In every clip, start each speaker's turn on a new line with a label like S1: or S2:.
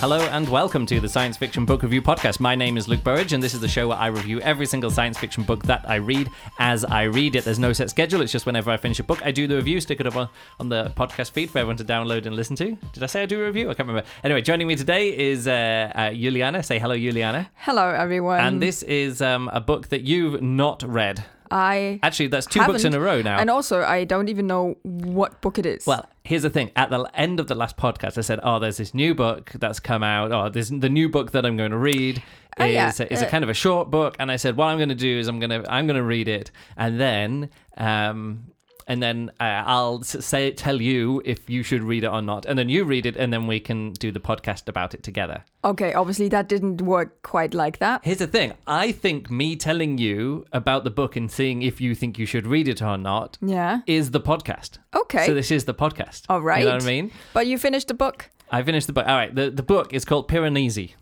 S1: Hello and welcome to the Science Fiction Book Review Podcast. My name is Luke Burridge, and this is the show where I review every single science fiction book that I read as I read it. There's no set schedule, it's just whenever I finish a book, I do the review, stick it up on, on the podcast feed for everyone to download and listen to. Did I say I do a review? I can't remember. Anyway, joining me today is uh, uh, Juliana. Say hello, Juliana.
S2: Hello, everyone.
S1: And this is um, a book that you've not read.
S2: I
S1: Actually, that's 2 books in a
S2: haven't.
S1: row now.
S2: And also, I don't even know what book it is.
S1: Well, here's the thing. At the l- end of the last podcast, I said, "Oh, there's this new book that's come out. Oh, this the new book that I'm going to read is
S2: Oh, yeah.
S1: is a
S2: Uh,
S1: kind of a short book." And I said, "What I'm going to do is I'm going to I'm going to read it, and then um, and then uh, I'll s- say tell you if you should read it or not, and then you read it, and then we can do the podcast about it together."
S2: okay, obviously that didn't work quite like that.
S1: Here's the thing. I think me telling you about the book and seeing if you think you should read it or not
S2: Yeah.
S1: is the podcast.
S2: Okay.
S1: So this is the podcast.
S2: All right.
S1: You know what I mean?
S2: But you finished the book.
S1: I finished the book. All right, the, the book is called Piranesi.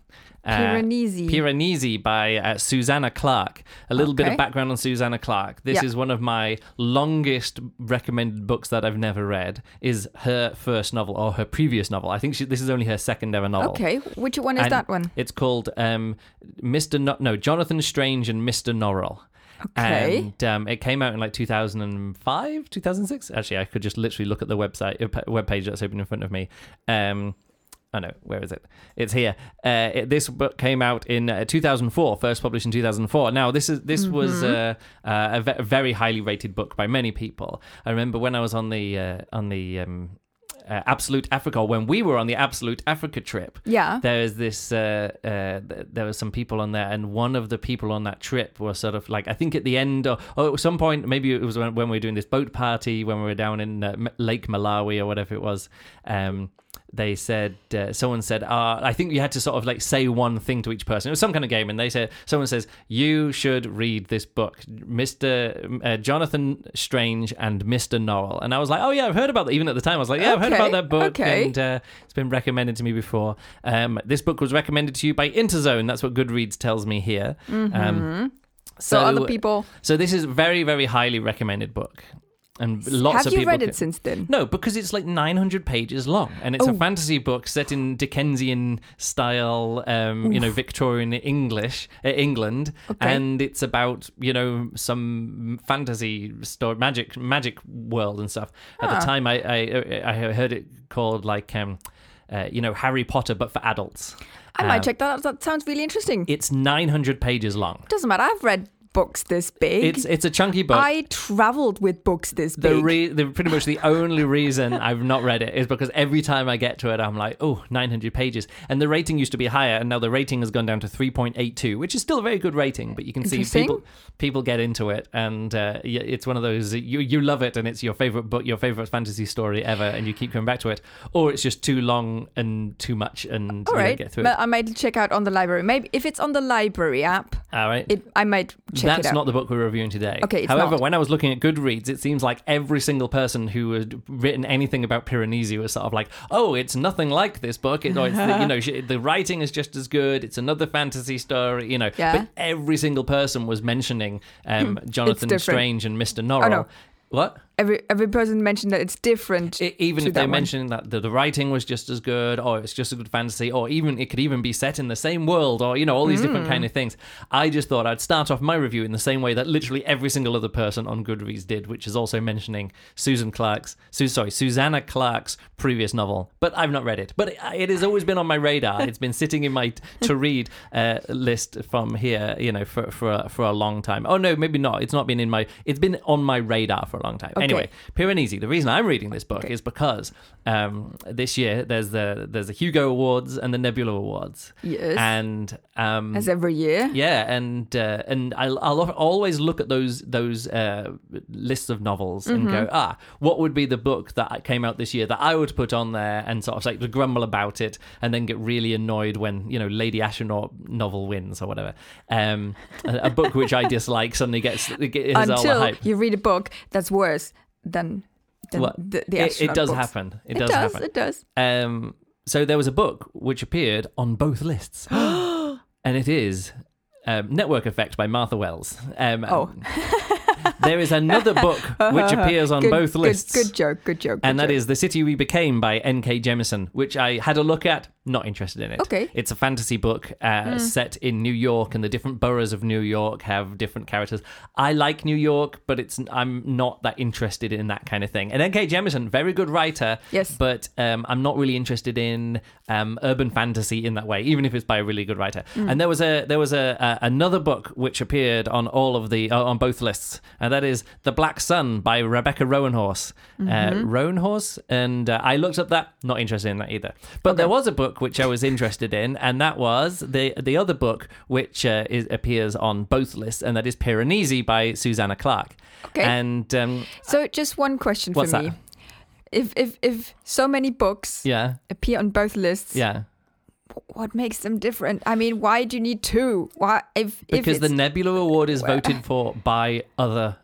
S1: Uh,
S2: Piranesi.
S1: Piranesi by uh, Susanna Clark. A little bit of
S2: Okay.
S1: background on Susanna Clark. This
S2: Yeah.
S1: is one of my longest recommended books that I've never read. Is her first novel or her previous novel? I think she, this is only her second ever novel.
S2: Okay, which one is
S1: oh. And
S2: that one?
S1: It's called um, Mr. No-, no, Jonathan Strange and Mr. Norrell.
S2: Okay.
S1: And um, it came out in like 2005, 2006. Actually, I could just literally look at the website uh, p- webpage that's open in front of me. Um, oh no, where is it? It's here. Uh, it, this book came out in uh, 2004, first published in 2004. Now this is this was
S2: Mm-hmm.
S1: uh, uh, a ve- very highly rated book by many people. I remember when I was on the uh, on the um, uh, Absolute Africa, or when we were on the Absolute Africa trip,
S2: Yeah.
S1: there is this uh, uh, th- there were some people on there and one of the people on that trip was sort of like i think at the end or, or at some point maybe it was when, when we were doing this boat party when we were down in uh, M- lake malawi or whatever it was um, they said uh, someone said uh, i think you had to sort of like say one thing to each person it was some kind of game and they said someone says you should read this book mr uh, jonathan strange and mr norrell and i was like oh yeah i've heard about that even at the time i was like yeah i've heard about
S2: Okay,
S1: that book
S2: okay.
S1: and and uh, it's been recommended to me before. Um, this book was recommended to you by Interzone. That's what Goodreads tells me here.
S2: Mm-hmm.
S1: Um,
S2: so, other people.
S1: So this is a very, very highly recommended book, and lots
S2: Have
S1: of
S2: you
S1: people.
S2: read
S1: ca-
S2: it since then?
S1: no, because it's like 900 pages long, and it's a
S2: Oh.
S1: fantasy book set in Dickensian style, um, you know, Victorian English, uh, England,
S2: Okay.
S1: and it's about you know some fantasy story, magic, magic world and stuff. At the time, I I, I heard it called like. Um, uh, you know Harry Potter, but for adults.
S2: I might check that out. That sounds really interesting.
S1: It's 900 pages long.
S2: Doesn't matter. I've read books this big.
S1: It's it's a chunky book.
S2: I traveled with books this
S1: the
S2: big.
S1: re- the pretty much the only reason I've not read it is because every time I get to it, I'm like, oh, 900 pages. And the rating used to be higher, and now the rating has gone down to 3.82, which is still a very good rating. But you can see
S2: Interesting.
S1: people people get into it, and uh, y- it's one of those you you love it, and it's your favorite book, your favorite fantasy story ever, and you keep coming back to it, or it's just too long and too much, and
S2: All
S1: you
S2: right.
S1: don't get through
S2: But I might check out on the library. Maybe if it's on the library app,
S1: it. All right.
S2: it I might check
S1: That's
S2: it out.
S1: not the book we're reviewing today.
S2: Okay, it's
S1: However,
S2: not.
S1: when I was looking at Goodreads, it seems like every single person who had written anything about Piranesi was sort of like, "Oh, it's nothing like this book. It, or it's the, you know, sh- the writing is just as good. It's another fantasy story. You know."
S2: Yeah. Hmm.
S1: But every single person was mentioning um, Jonathan
S2: different. Oh,
S1: Strange and Mister Norrell.
S2: no.
S1: What?
S2: every every person mentioned that it's different.
S1: E- even
S2: to
S1: if they
S2: that one.
S1: mentioned that the, the writing was just as good or it's just a good fantasy or even it could even be set in the same world or you know all these different
S2: Mm.
S1: kind of things i just thought i'd start off my review in the same way that literally every single other person on goodreads did which is also mentioning susan clark's Su- sorry susanna clark's previous novel but i've not read it but it, it has always been on my radar it's been sitting in my t- to read uh, list from here you know for for a, for a long time oh no maybe not it's not been in my it's been on my radar for a long time anyway Piranesi. The reason I'm reading this book is because um, this year there's the there's the Hugo Awards and the Nebula Awards.
S2: Yes.
S1: And um,
S2: as every year.
S1: yeah, and uh, and I'll, I'll al- always look at those those uh, lists of novels and
S2: Mm-hmm.
S1: go, ah, what would be the book that came out this year that I would put on there and sort of like grumble about it and then get really annoyed when you know Lady Astronaut novel wins or whatever. Um, a, a book which I dislike suddenly gets it has all the
S2: Until
S1: hype.
S2: you read a book that's worse than, than
S1: Well,
S2: the, the
S1: it,
S2: astronaut
S1: it does
S2: books.
S1: happen. It,
S2: It
S1: does,
S2: does.
S1: happen.
S2: It does.
S1: Um, so there was a book which appeared on both lists, and it is um, Network Effect by Martha Wells. Um,
S2: Oh. Uh-huh.
S1: there is another book which appears on
S2: Good-
S1: both
S2: good-
S1: lists.
S2: Good, joke. Good joke.
S1: and
S2: good
S1: that
S2: joke.
S1: is The City We Became by N.K. Jemisin, which I had a look at, not interested in it.
S2: Okay. Hmm.
S1: It's a fantasy book uh, set in New York, and the different boroughs of New York have different characters. I like New York, but it's I'm not that interested in that kind of thing. And N.K. Jemisin, very good writer.
S2: Yes.
S1: But um, I'm not really interested in um, urban fantasy in that way, even if it's by a really good writer. And there was a there was a, a another book which appeared on all of the uh, on both lists, and that is The Black Sun by Rebecca Roanhorse. Uh, Roanhorse, and uh, I looked up that. Not interested in that either. But there was a book which I was interested in, and that was the the other book which uh, is, appears on both lists, and that is Piranesi by Susanna Clark.
S2: Okay.
S1: And um,
S2: So, just one question
S1: What's
S2: for
S1: that?
S2: me. If if if so many books
S1: yeah,
S2: appear on both lists,
S1: yeah.
S2: what makes them different? I mean, why do you need two? Why if
S1: because
S2: if
S1: the
S2: it's,
S1: Nebula Award is voted for by other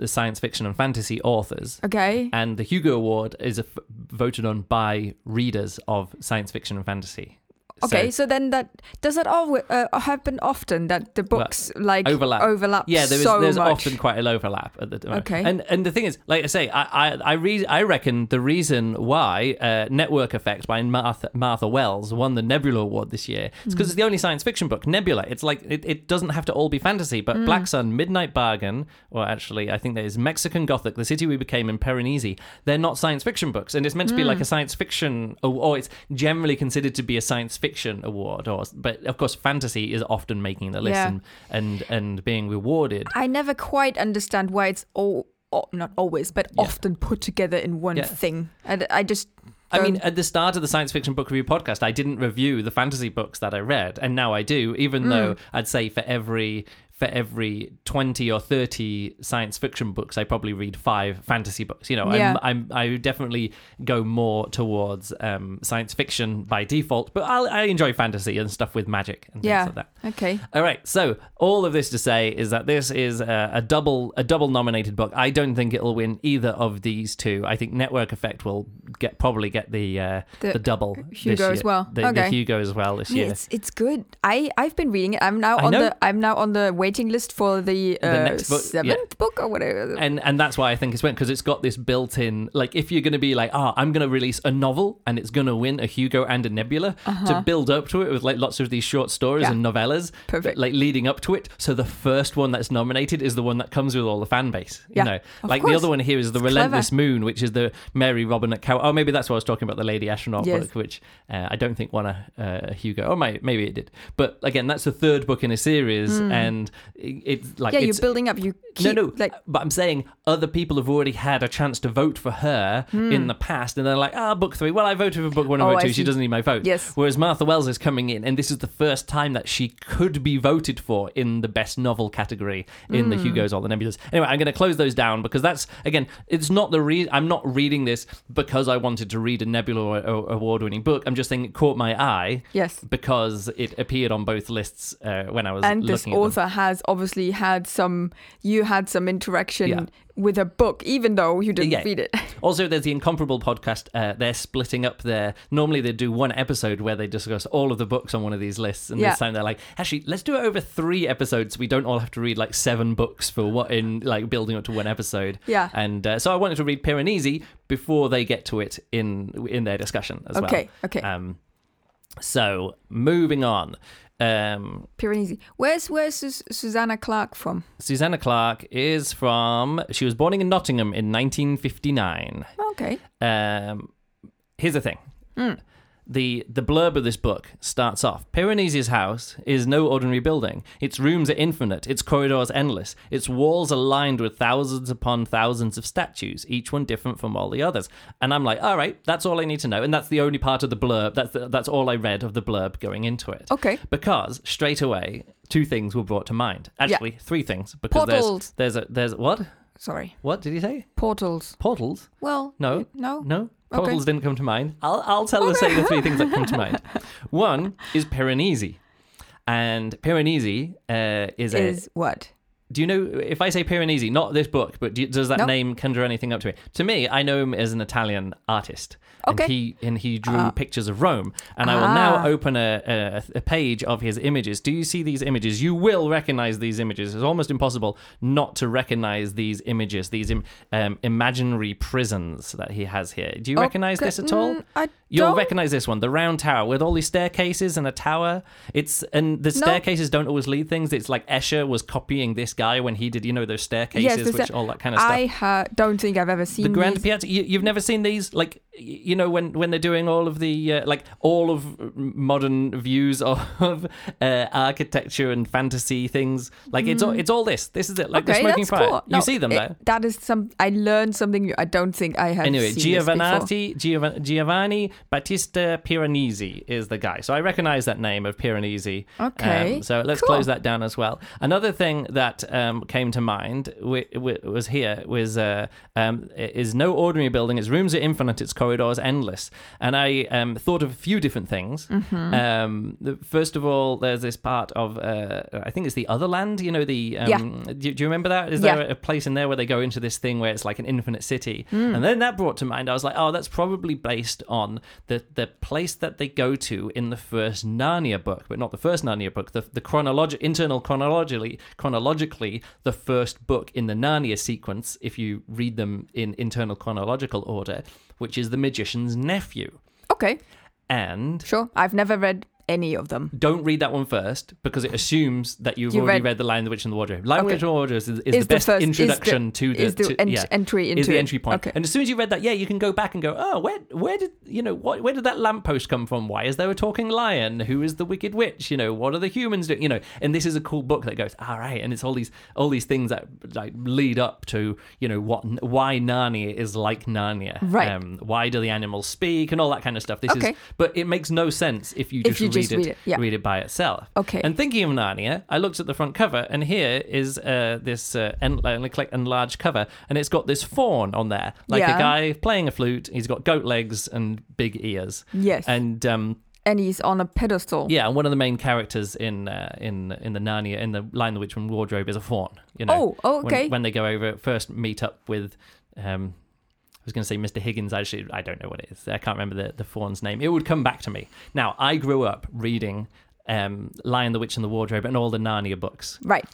S1: s- science fiction and fantasy authors,
S2: okay?
S1: and the Hugo Award is a f- voted on by readers of science fiction and fantasy. So
S2: Okay, so, then that does that all uh, happen often that the books like
S1: overlap.
S2: overlap
S1: yeah, there is
S2: so
S1: there's
S2: much.
S1: often quite an overlap at the uh,
S2: Okay.
S1: And and the thing is, like I say, I I I, re- I reckon the reason why uh, Network Effect by Martha, Martha Wells won the Nebula Award this year is because it's the only science fiction book. Nebula. It's like it, it doesn't have to all be fantasy,
S2: Mm.
S1: but Black Sun, Midnight Bargain, or actually I think there is Mexican Gothic, The City We Became, and Piranesi. They're not science fiction books, and it's meant to
S2: Mm.
S1: be like a science fiction, or, or it's generally considered to be a science fiction award. Or but of course, fantasy is often making the list
S2: Yeah.
S1: and and and being rewarded.
S2: I never quite understand why it's all, all not always, but often put together in one
S1: Yeah.
S2: thing. I, I just
S1: I mean,
S2: don't-
S1: at the start of the science fiction book review podcast, I didn't review the fantasy books that I read, and now I do.
S2: Hmm.
S1: Even though I'd say for every for every twenty or thirty science fiction books, I probably read five fantasy books. You know,
S2: Yeah.
S1: I'm, I'm I definitely go more towards um, science fiction by default, but I'll, I enjoy fantasy and stuff with magic and things
S2: yeah.
S1: like that.
S2: Okay.
S1: All right. So all of this to say is that this is a, a double a double nominated book. I don't think it'll win either of these two. I think Network Effect will get probably get the uh, the,
S2: The
S1: double this
S2: Hugo
S1: year.
S2: as well.
S1: The, the
S2: Okay.
S1: Hugo as well this
S2: Yeah,
S1: year.
S2: It's it's good. I I've been reading it. I'm now
S1: I
S2: on
S1: know.
S2: the I'm now on the waiting list for the, uh,
S1: next book, yeah.
S2: seventh book or whatever.
S1: And and that's why I think it's went because it's got this built in like if you're going to be like ah I'm going to release a novel and it's going to win a Hugo and a Nebula to build up to it with like lots of these short stories
S2: Uh-huh. Yeah.
S1: and novellas
S2: Perfect.
S1: like leading up to it. So the first one that's nominated is the one that comes with all the fan base. You
S2: Yeah,
S1: know,
S2: of
S1: like the
S2: course.
S1: other one here is the
S2: It's
S1: Relentless Moon, which is the Mary Robinette Cow. Oh, maybe that's what I was talking about the Lady Astronaut
S2: Yes.
S1: book, which uh, I don't think won a, uh, Hugo. Or may- maybe it did. But again, that's the third book in a series, and it- it's like
S2: Hmm. yeah, you're
S1: it's
S2: building up. You keep
S1: no, no.
S2: like
S1: but I'm saying other people have already had a chance to vote for her in the past, and they're like, ah, book three. Well, I voted for book one and
S2: Hmm. Oh,
S1: book
S2: I
S1: two. She
S2: see.
S1: doesn't need my vote.
S2: Yes.
S1: Whereas Martha Wells is coming in, and this is the first time that she could be voted for in the best novel category in
S2: Hmm.
S1: the Hugo's or the Nebulas. Anyway, I'm going to close those down because that's again, it's not the re- I'm not reading this because I wanted to read a Nebula award-winning book. I'm just saying it caught my eye.
S2: yes.
S1: Because it appeared on both lists uh, when I was
S2: And this
S1: looking at them.
S2: author has obviously had some. You had some interaction
S1: Yeah.
S2: with a book, even though you didn't
S1: Yeah.
S2: read it.
S1: Also, there's the Incomparable podcast. Uh, they're splitting up their. Normally, they do one episode where they discuss all of the books on one of these lists, and
S2: Yeah.
S1: this time they're like, actually, let's do it over three episodes. so We don't all have to read like seven books for what in like building up to one episode.
S2: Yeah.
S1: And uh, so I wanted to read Piranesi before they get to it in in their discussion as well.
S2: Okay, okay.
S1: Um, so moving on. Um,
S2: Piranesi. Where's where's Sus- Susanna Clark from?
S1: Susanna Clark is from. She was born in Nottingham in 1959.
S2: Okay.
S1: Um, here's the thing. The, the blurb of this book starts off Piranesi's house is no ordinary building. Its rooms are infinite, its corridors endless, its walls are lined with thousands upon thousands of statues, each one different from all the others. And I'm like, all right, that's all I need to know. And that's the only part of the blurb, that's, the, that's all I read of the blurb going into it.
S2: Okay.
S1: Because straight away, two things were brought to mind. Actually, three things. Because
S2: Portals.
S1: There's, there's a, there's, what?
S2: Sorry.
S1: What did he say?
S2: Portals.
S1: Portals?
S2: Well.
S1: No.
S2: No.
S1: No.
S2: Okay.
S1: Portals didn't come to mind. I'll, I'll tell the, say the three things that come to mind. One is Piranesi. And Piranesi uh, is,
S2: Is what?
S1: a Do you know if I say Piranesi, not this book, but do, does that
S2: No.
S1: name conjure anything up to me? To me, I know him as an Italian artist.
S2: Okay. Uh,
S1: And he and he drew pictures of Rome, and I will now
S2: Ah.
S1: open a, a, a page of his images. Do you see these images? You will recognize these images. It's almost impossible not to recognize these images, these im, um, imaginary prisons that he has here. Do you recognize
S2: Okay,
S1: this at all?
S2: Oh, mm, I
S1: You'll
S2: don't-
S1: recognize this one, the round tower with all these staircases and a tower. It's and the
S2: No.
S1: staircases don't always lead things. It's like Escher was copying this guy when he did, you know, those staircases,
S2: there's
S1: which
S2: a-
S1: all that kind of stuff.
S2: I ha- don't think I've ever seen
S1: the Grand
S2: these.
S1: Piazza. You, you've never seen these, like y- you know, when when they're doing all of the uh, like all of modern views of uh, architecture and fantasy things. Like it's all it's all this. This is it. Like the
S2: Mm. okay,
S1: smoking
S2: that's
S1: fire.
S2: cool.
S1: you
S2: No,
S1: see them
S2: it-
S1: there.
S2: That is some. I learned something new. I don't think I have.
S1: Anyway,
S2: seen this before.
S1: Giovanni, Giov- Giovanni Battista Piranesi is the guy. So I recognize that name of Piranesi.
S2: Okay,
S1: Um, so let's
S2: cool.
S1: close that down as well. Another thing that um, came to mind w- w- was here was uh, um, is no ordinary building. Its rooms are infinite. Its corridors endless. And I um, thought of a few different things.
S2: Mm-hmm.
S1: Um, the, first of all, there's this part of uh, I think it's the other land. You know the um,
S2: Yeah.
S1: do, do you remember that? Is
S2: Yeah.
S1: there a place in there where they go into this thing where it's like an infinite city?
S2: Hmm.
S1: And then that brought to mind, I was like, oh, that's probably based on the, the place that they go to in the first Narnia book, but not the first Narnia book, the, the chronolog- internal chronologically, chronologically, the first book in the Narnia sequence, if you read them in internal chronological order, which is The Magician's Nephew.
S2: Okay,
S1: And
S2: sure. I've never read any of them.
S1: don't read that one first because it assumes that you've
S2: You
S1: already read,
S2: read-
S1: The Lion, the Witch, and the Wardrobe. Lion,
S2: Okay.
S1: Witch, and the Wardrobe is, is,
S2: Is
S1: the
S2: the
S1: best
S2: first- is the-
S1: introduction to the,
S2: is the
S1: to-
S2: ent-
S1: yeah,
S2: entry
S1: is
S2: into
S1: the
S2: it.
S1: entry point.
S2: Okay.
S1: And as soon as you read that, yeah, you can go back and go, oh, where where did you know what where did that lamppost come from? Why is there a talking lion? Who is the wicked witch? You know, what are the humans doing? You know, and this is a cool book that goes, all right, and it's all these all these things that like lead up to you know what why Narnia is like Narnia, um,
S2: Right.
S1: why do the animals speak and all that kind of stuff. This is,
S2: Okay.
S1: but it makes no sense if you
S2: If
S1: just,
S2: you
S1: read,
S2: just
S1: it,
S2: read it, yeah.
S1: read it by itself.
S2: Okay.
S1: And thinking of Narnia, I looked at the front cover, and here is uh, this uh, en- en- like enlarged cover, and it's got this fawn on there, like a
S2: Yeah.
S1: guy playing a flute. He's got goat legs and big ears.
S2: Yes.
S1: And um,
S2: And he's on a pedestal.
S1: yeah, and one of the main characters in uh, in in the Narnia in the Lion the Witch and Wardrobe is a fawn. You know.
S2: Oh,
S1: When-
S2: okay.
S1: When, they go over first meet up with. Um, I was going to say Mr. Higgins. Actually, I don't know what it is. I can't remember the, the fawn's name. It would come back to me. Now, I grew up reading um, Lion, the Witch, and the Wardrobe and all the Narnia books
S2: Right.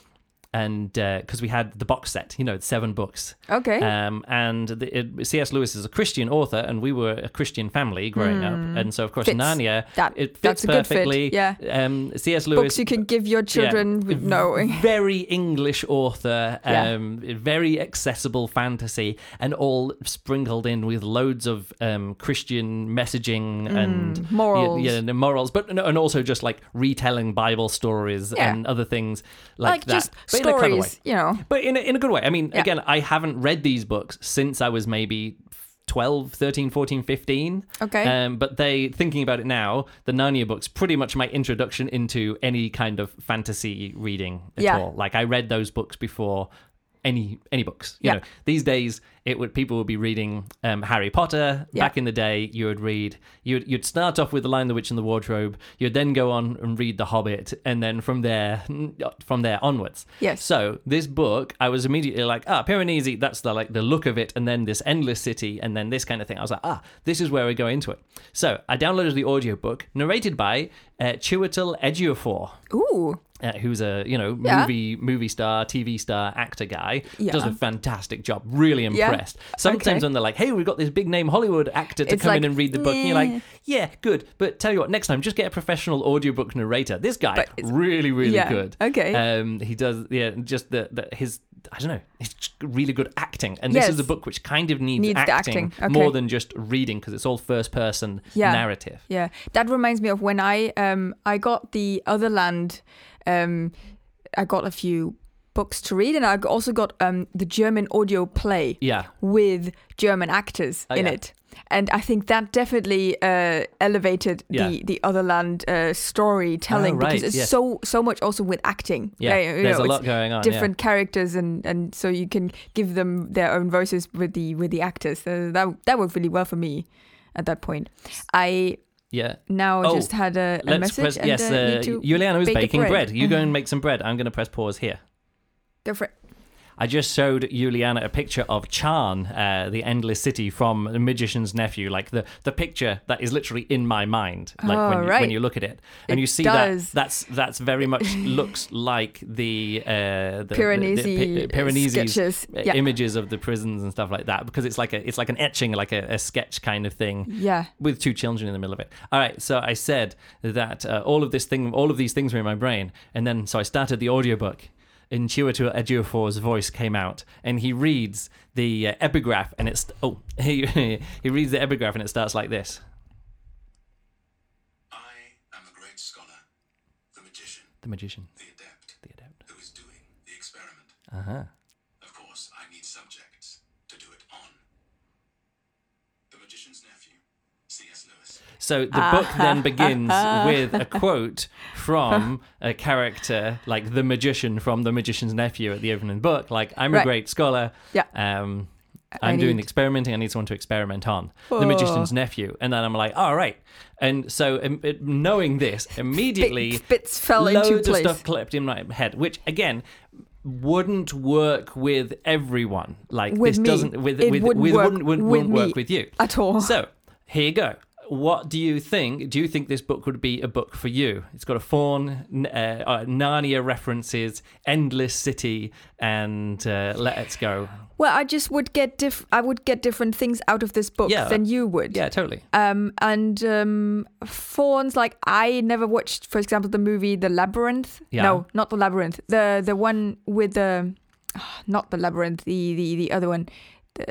S1: and because we had the box set, you know, seven books.
S2: Okay.
S1: Um, and the, it, C.S. Lewis is a Christian author, and we were a Christian family growing up, and so of course
S2: Hmm. Fits.
S1: Narnia
S2: That-
S1: it fits
S2: that's a good fit,
S1: perfectly.
S2: yeah.
S1: Um, C.S.
S2: Books
S1: Lewis.
S2: you can give your children
S1: yeah, Mm.
S2: with knowing.
S1: very English author,
S2: Yeah.
S1: um, very accessible fantasy, and all sprinkled in with loads of um, Christian messaging and yeah,
S2: Mm. morals.
S1: yeah, and morals, but and also just like retelling Bible stories
S2: Yeah.
S1: and other things like,
S2: Like
S1: that,
S2: just
S1: but in a clever way
S2: stories, you know.
S1: but in a, in a good way i mean
S2: Yeah.
S1: again i haven't read these books since i was maybe 12 13 14 15
S2: Okay.
S1: um, but they thinking about it now the narnia books pretty much my introduction into any kind of fantasy reading at
S2: Yeah.
S1: all like i read those books before any any books you
S2: Yeah.
S1: know these days it would people would be reading um, harry potter
S2: Yeah.
S1: back in the day you would read you'd, you'd start off with the lion the witch and the wardrobe you'd then go on and read the hobbit and then from there from there onwards
S2: Yes.
S1: so this book, I was immediately like, ah, Piranesi, that's the like the look of it, and then this endless city, and then this kind of thing. I was like, ah, this is where we go into it. So I downloaded the audiobook, narrated by uh, Chiwetel Ejiofor,
S2: Ooh.
S1: uh, who's a you know
S2: Yeah.
S1: movie movie star, TV star, actor guy.
S2: Yeah.
S1: Does a fantastic job. Really impressed. Sometimes
S2: Okay.
S1: when they're like, hey, we've got this big name Hollywood actor to
S2: It's
S1: come in
S2: like,
S1: and read the book, and you're
S2: "Nah."
S1: like, yeah, good, but tell you what, next time just get a professional audiobook narrator. This guy
S2: But it's-
S1: really really
S2: Yeah,
S1: good.
S2: okay.
S1: Um, he does yeah, just the, the his. I don't know. It's just really good acting, and this
S2: Yes.
S1: is a book which kind of needs,
S2: Needs the
S1: acting,
S2: acting, okay.
S1: more than just reading because it's all first person
S2: Yeah.
S1: narrative.
S2: Yeah, that reminds me of when I um I got the other land, um, I got a few books to read, and I also got um the German audio play
S1: Yeah,
S2: with German actors
S1: Oh,
S2: in
S1: yeah.
S2: it, and I think that definitely uh, elevated
S1: Yeah.
S2: the the other land uh, storytelling
S1: Oh, right,
S2: because it's
S1: yeah.
S2: so so much also with acting.
S1: yeah.
S2: Like, you
S1: There's
S2: know,
S1: a
S2: it's
S1: lot going on. yeah.
S2: Different characters and and so you can give them their own voices with the with the actors. So that that worked really well for me at that point. I
S1: yeah.
S2: now
S1: Oh,
S2: just had a, a
S1: Let's
S2: message
S1: press,
S2: and
S1: yes,
S2: uh,
S1: uh,
S2: need to
S1: Juliana is
S2: bake a
S1: baking bread.
S2: bread. Mm-hmm.
S1: You go and make some bread. I'm going to press pause here.
S2: Go for it.
S1: I just showed Juliana a picture of Chan, uh, the Endless City from The Magician's Nephew, like the, the picture that is literally in my mind, like
S2: Oh,
S1: when, you,
S2: right.
S1: when you look at it, and
S2: It
S1: you see
S2: does.
S1: that that's that's very much looks like the uh, the- the,
S2: Pyrenees
S1: Pi-
S2: sketches.
S1: uh,
S2: Yeah.
S1: images of the prisons and stuff like that, because it's like a it's like an etching, like a, a sketch kind of thing
S2: Yeah.
S1: with two children in the middle of it. All right, so I said that uh, all of this thing, all of these things were in my brain, and then so I started the audiobook. And Chiwetel Ejiofor's voice came out, and he reads the uh, epigraph, and it's oh he he reads the epigraph, and it starts like this.
S3: I am the great scholar, the magician,
S1: The magician,
S3: the adept,
S1: the adept.
S3: who is doing the experiment.
S1: Uh huh.
S3: Of course, I need subjects to do it on. The magician's nephew, C.S. Lewis.
S1: So the book
S2: Ah.
S1: then begins with a quote from a character, like the magician from the magician's nephew at the opening book. Like, I'm a
S2: Right.
S1: great scholar.
S2: Yeah.
S1: Um,
S2: I
S1: I'm doing
S2: need-
S1: experimenting. I need someone to experiment on.
S2: Oh.
S1: The magician's nephew. And then I'm like, all right. And so, um, it- knowing this, immediately
S2: Bits, bits fell into
S1: loads of
S2: place.
S1: stuff clipped in my head, which again wouldn't work with everyone. Like
S2: With
S1: this
S2: me.
S1: doesn't with
S2: It
S1: with,
S2: wouldn't
S1: with
S2: work
S1: wouldn't, wouldn't,
S2: with
S1: wouldn't
S2: me
S1: work with you
S2: at all.
S1: So here you go. What do you think? Do you think this book would be a book for you? It's got a fawn, n- uh, uh, Narnia references, endless city, and uh, let us go.
S2: Well, I just would get diff. I would get different things out of this book
S1: Yeah.
S2: than you would.
S1: Yeah, totally.
S2: Um, and um, fawns like I never watched, for example, the movie The Labyrinth.
S1: Yeah.
S2: No, not The Labyrinth. The the one with the, ah, not The Labyrinth. The the, the other one. The,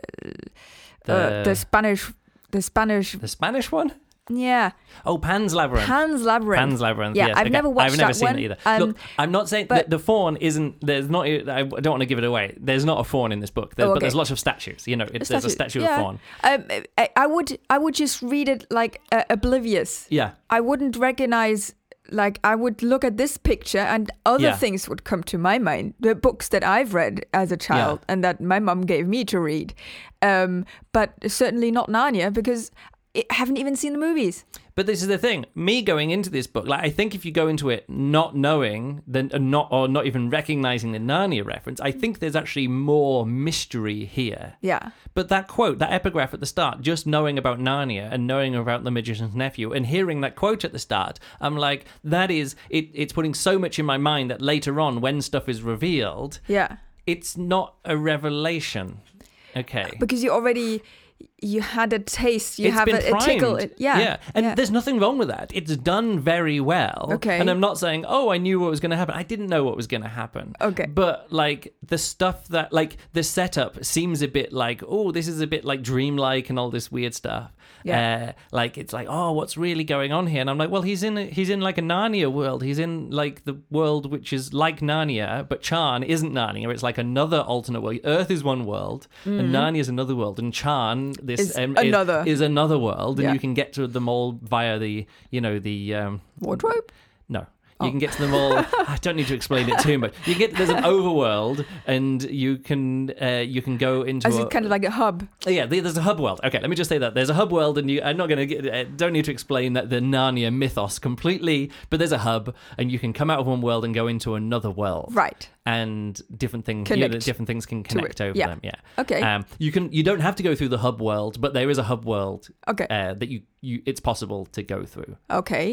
S2: uh, the Spanish. The Spanish.
S1: the Spanish one?
S2: Yeah.
S1: Oh, Pan's Labyrinth.
S2: Pan's Labyrinth.
S1: Pan's Labyrinth.
S2: Yeah,
S1: yes,
S2: I've
S1: okay.
S2: never watched
S1: I've never
S2: that
S1: seen
S2: one,
S1: it either.
S2: um,
S1: Look, I'm not saying
S2: but-
S1: that the fawn isn't. There's not. I don't want to give it away. There's not a fawn in this book, There-
S2: Oh,
S1: but there's
S2: okay.
S1: lots of statues. You know, it, there's a statue
S2: yeah.
S1: of fawn.
S2: Um, I, I would I would just read it like uh, oblivious.
S1: Yeah,
S2: I wouldn't recognize like I would look at this picture and other
S1: Yeah.
S2: things would come to my mind. The books that I've read as a child and that my mum gave me to read. Um, but certainly not Narnia because I haven't even seen the movies.
S1: but this is the thing. Me going into this book, like I think if you go into it not knowing, then uh, not or not even recognizing the Narnia reference, I think there's actually more mystery here.
S2: Yeah.
S1: But that quote, that epigraph at the start, just knowing about Narnia and knowing about the magician's nephew and hearing that quote at the start, I'm like, that is, it, it's putting so much in my mind that later on, when stuff is revealed,
S2: Yeah.
S1: it's not a revelation. Okay.
S2: Because you already you had a taste, you
S1: It's
S2: have
S1: been
S2: a, a tickle.
S1: primed.
S2: Yeah.
S1: yeah. And
S2: yeah.
S1: there's nothing wrong with that. It's done very well.
S2: Okay.
S1: And I'm not saying, oh, I knew what was going to happen. I didn't know what was going to happen.
S2: Okay.
S1: But like the stuff that, like the setup seems a bit like, oh, this is a bit like dreamlike and all this weird stuff.
S2: Yeah.
S1: Uh, like it's like, oh, what's really going on here? And I'm like, well, he's in a, he's in like a Narnia world. He's in like the world which is like Narnia, but Chan isn't Narnia. It's like another alternate world. Earth is one world, and Narnia is another world, and Chan this
S2: Mm-hmm. Is another.
S1: is another world, and
S2: Yeah.
S1: you can get to them all via the, you know, the um,
S2: wardrobe? Oh.
S1: No, you can get to them all. I don't need to explain it too much. You get there's an overworld, and you can uh, you can go into
S2: As
S1: a,
S2: it's kind of like a hub.
S1: yeah. there- There's a hub world. Okay, let me just say that there's a hub world, and you I'm not gonna get, uh, don't need to explain that the Narnia mythos completely, but there's a hub, and you can come out of one world and go into another world
S2: Right.
S1: and different things
S2: Connect
S1: yeah, different things can connect
S2: it,
S1: over
S2: yeah.
S1: them yeah
S2: Okay.
S1: um, you can you don't have to go through the hub world but there is a hub world
S2: Okay.
S1: uh, that you you it's possible to go through
S2: Okay.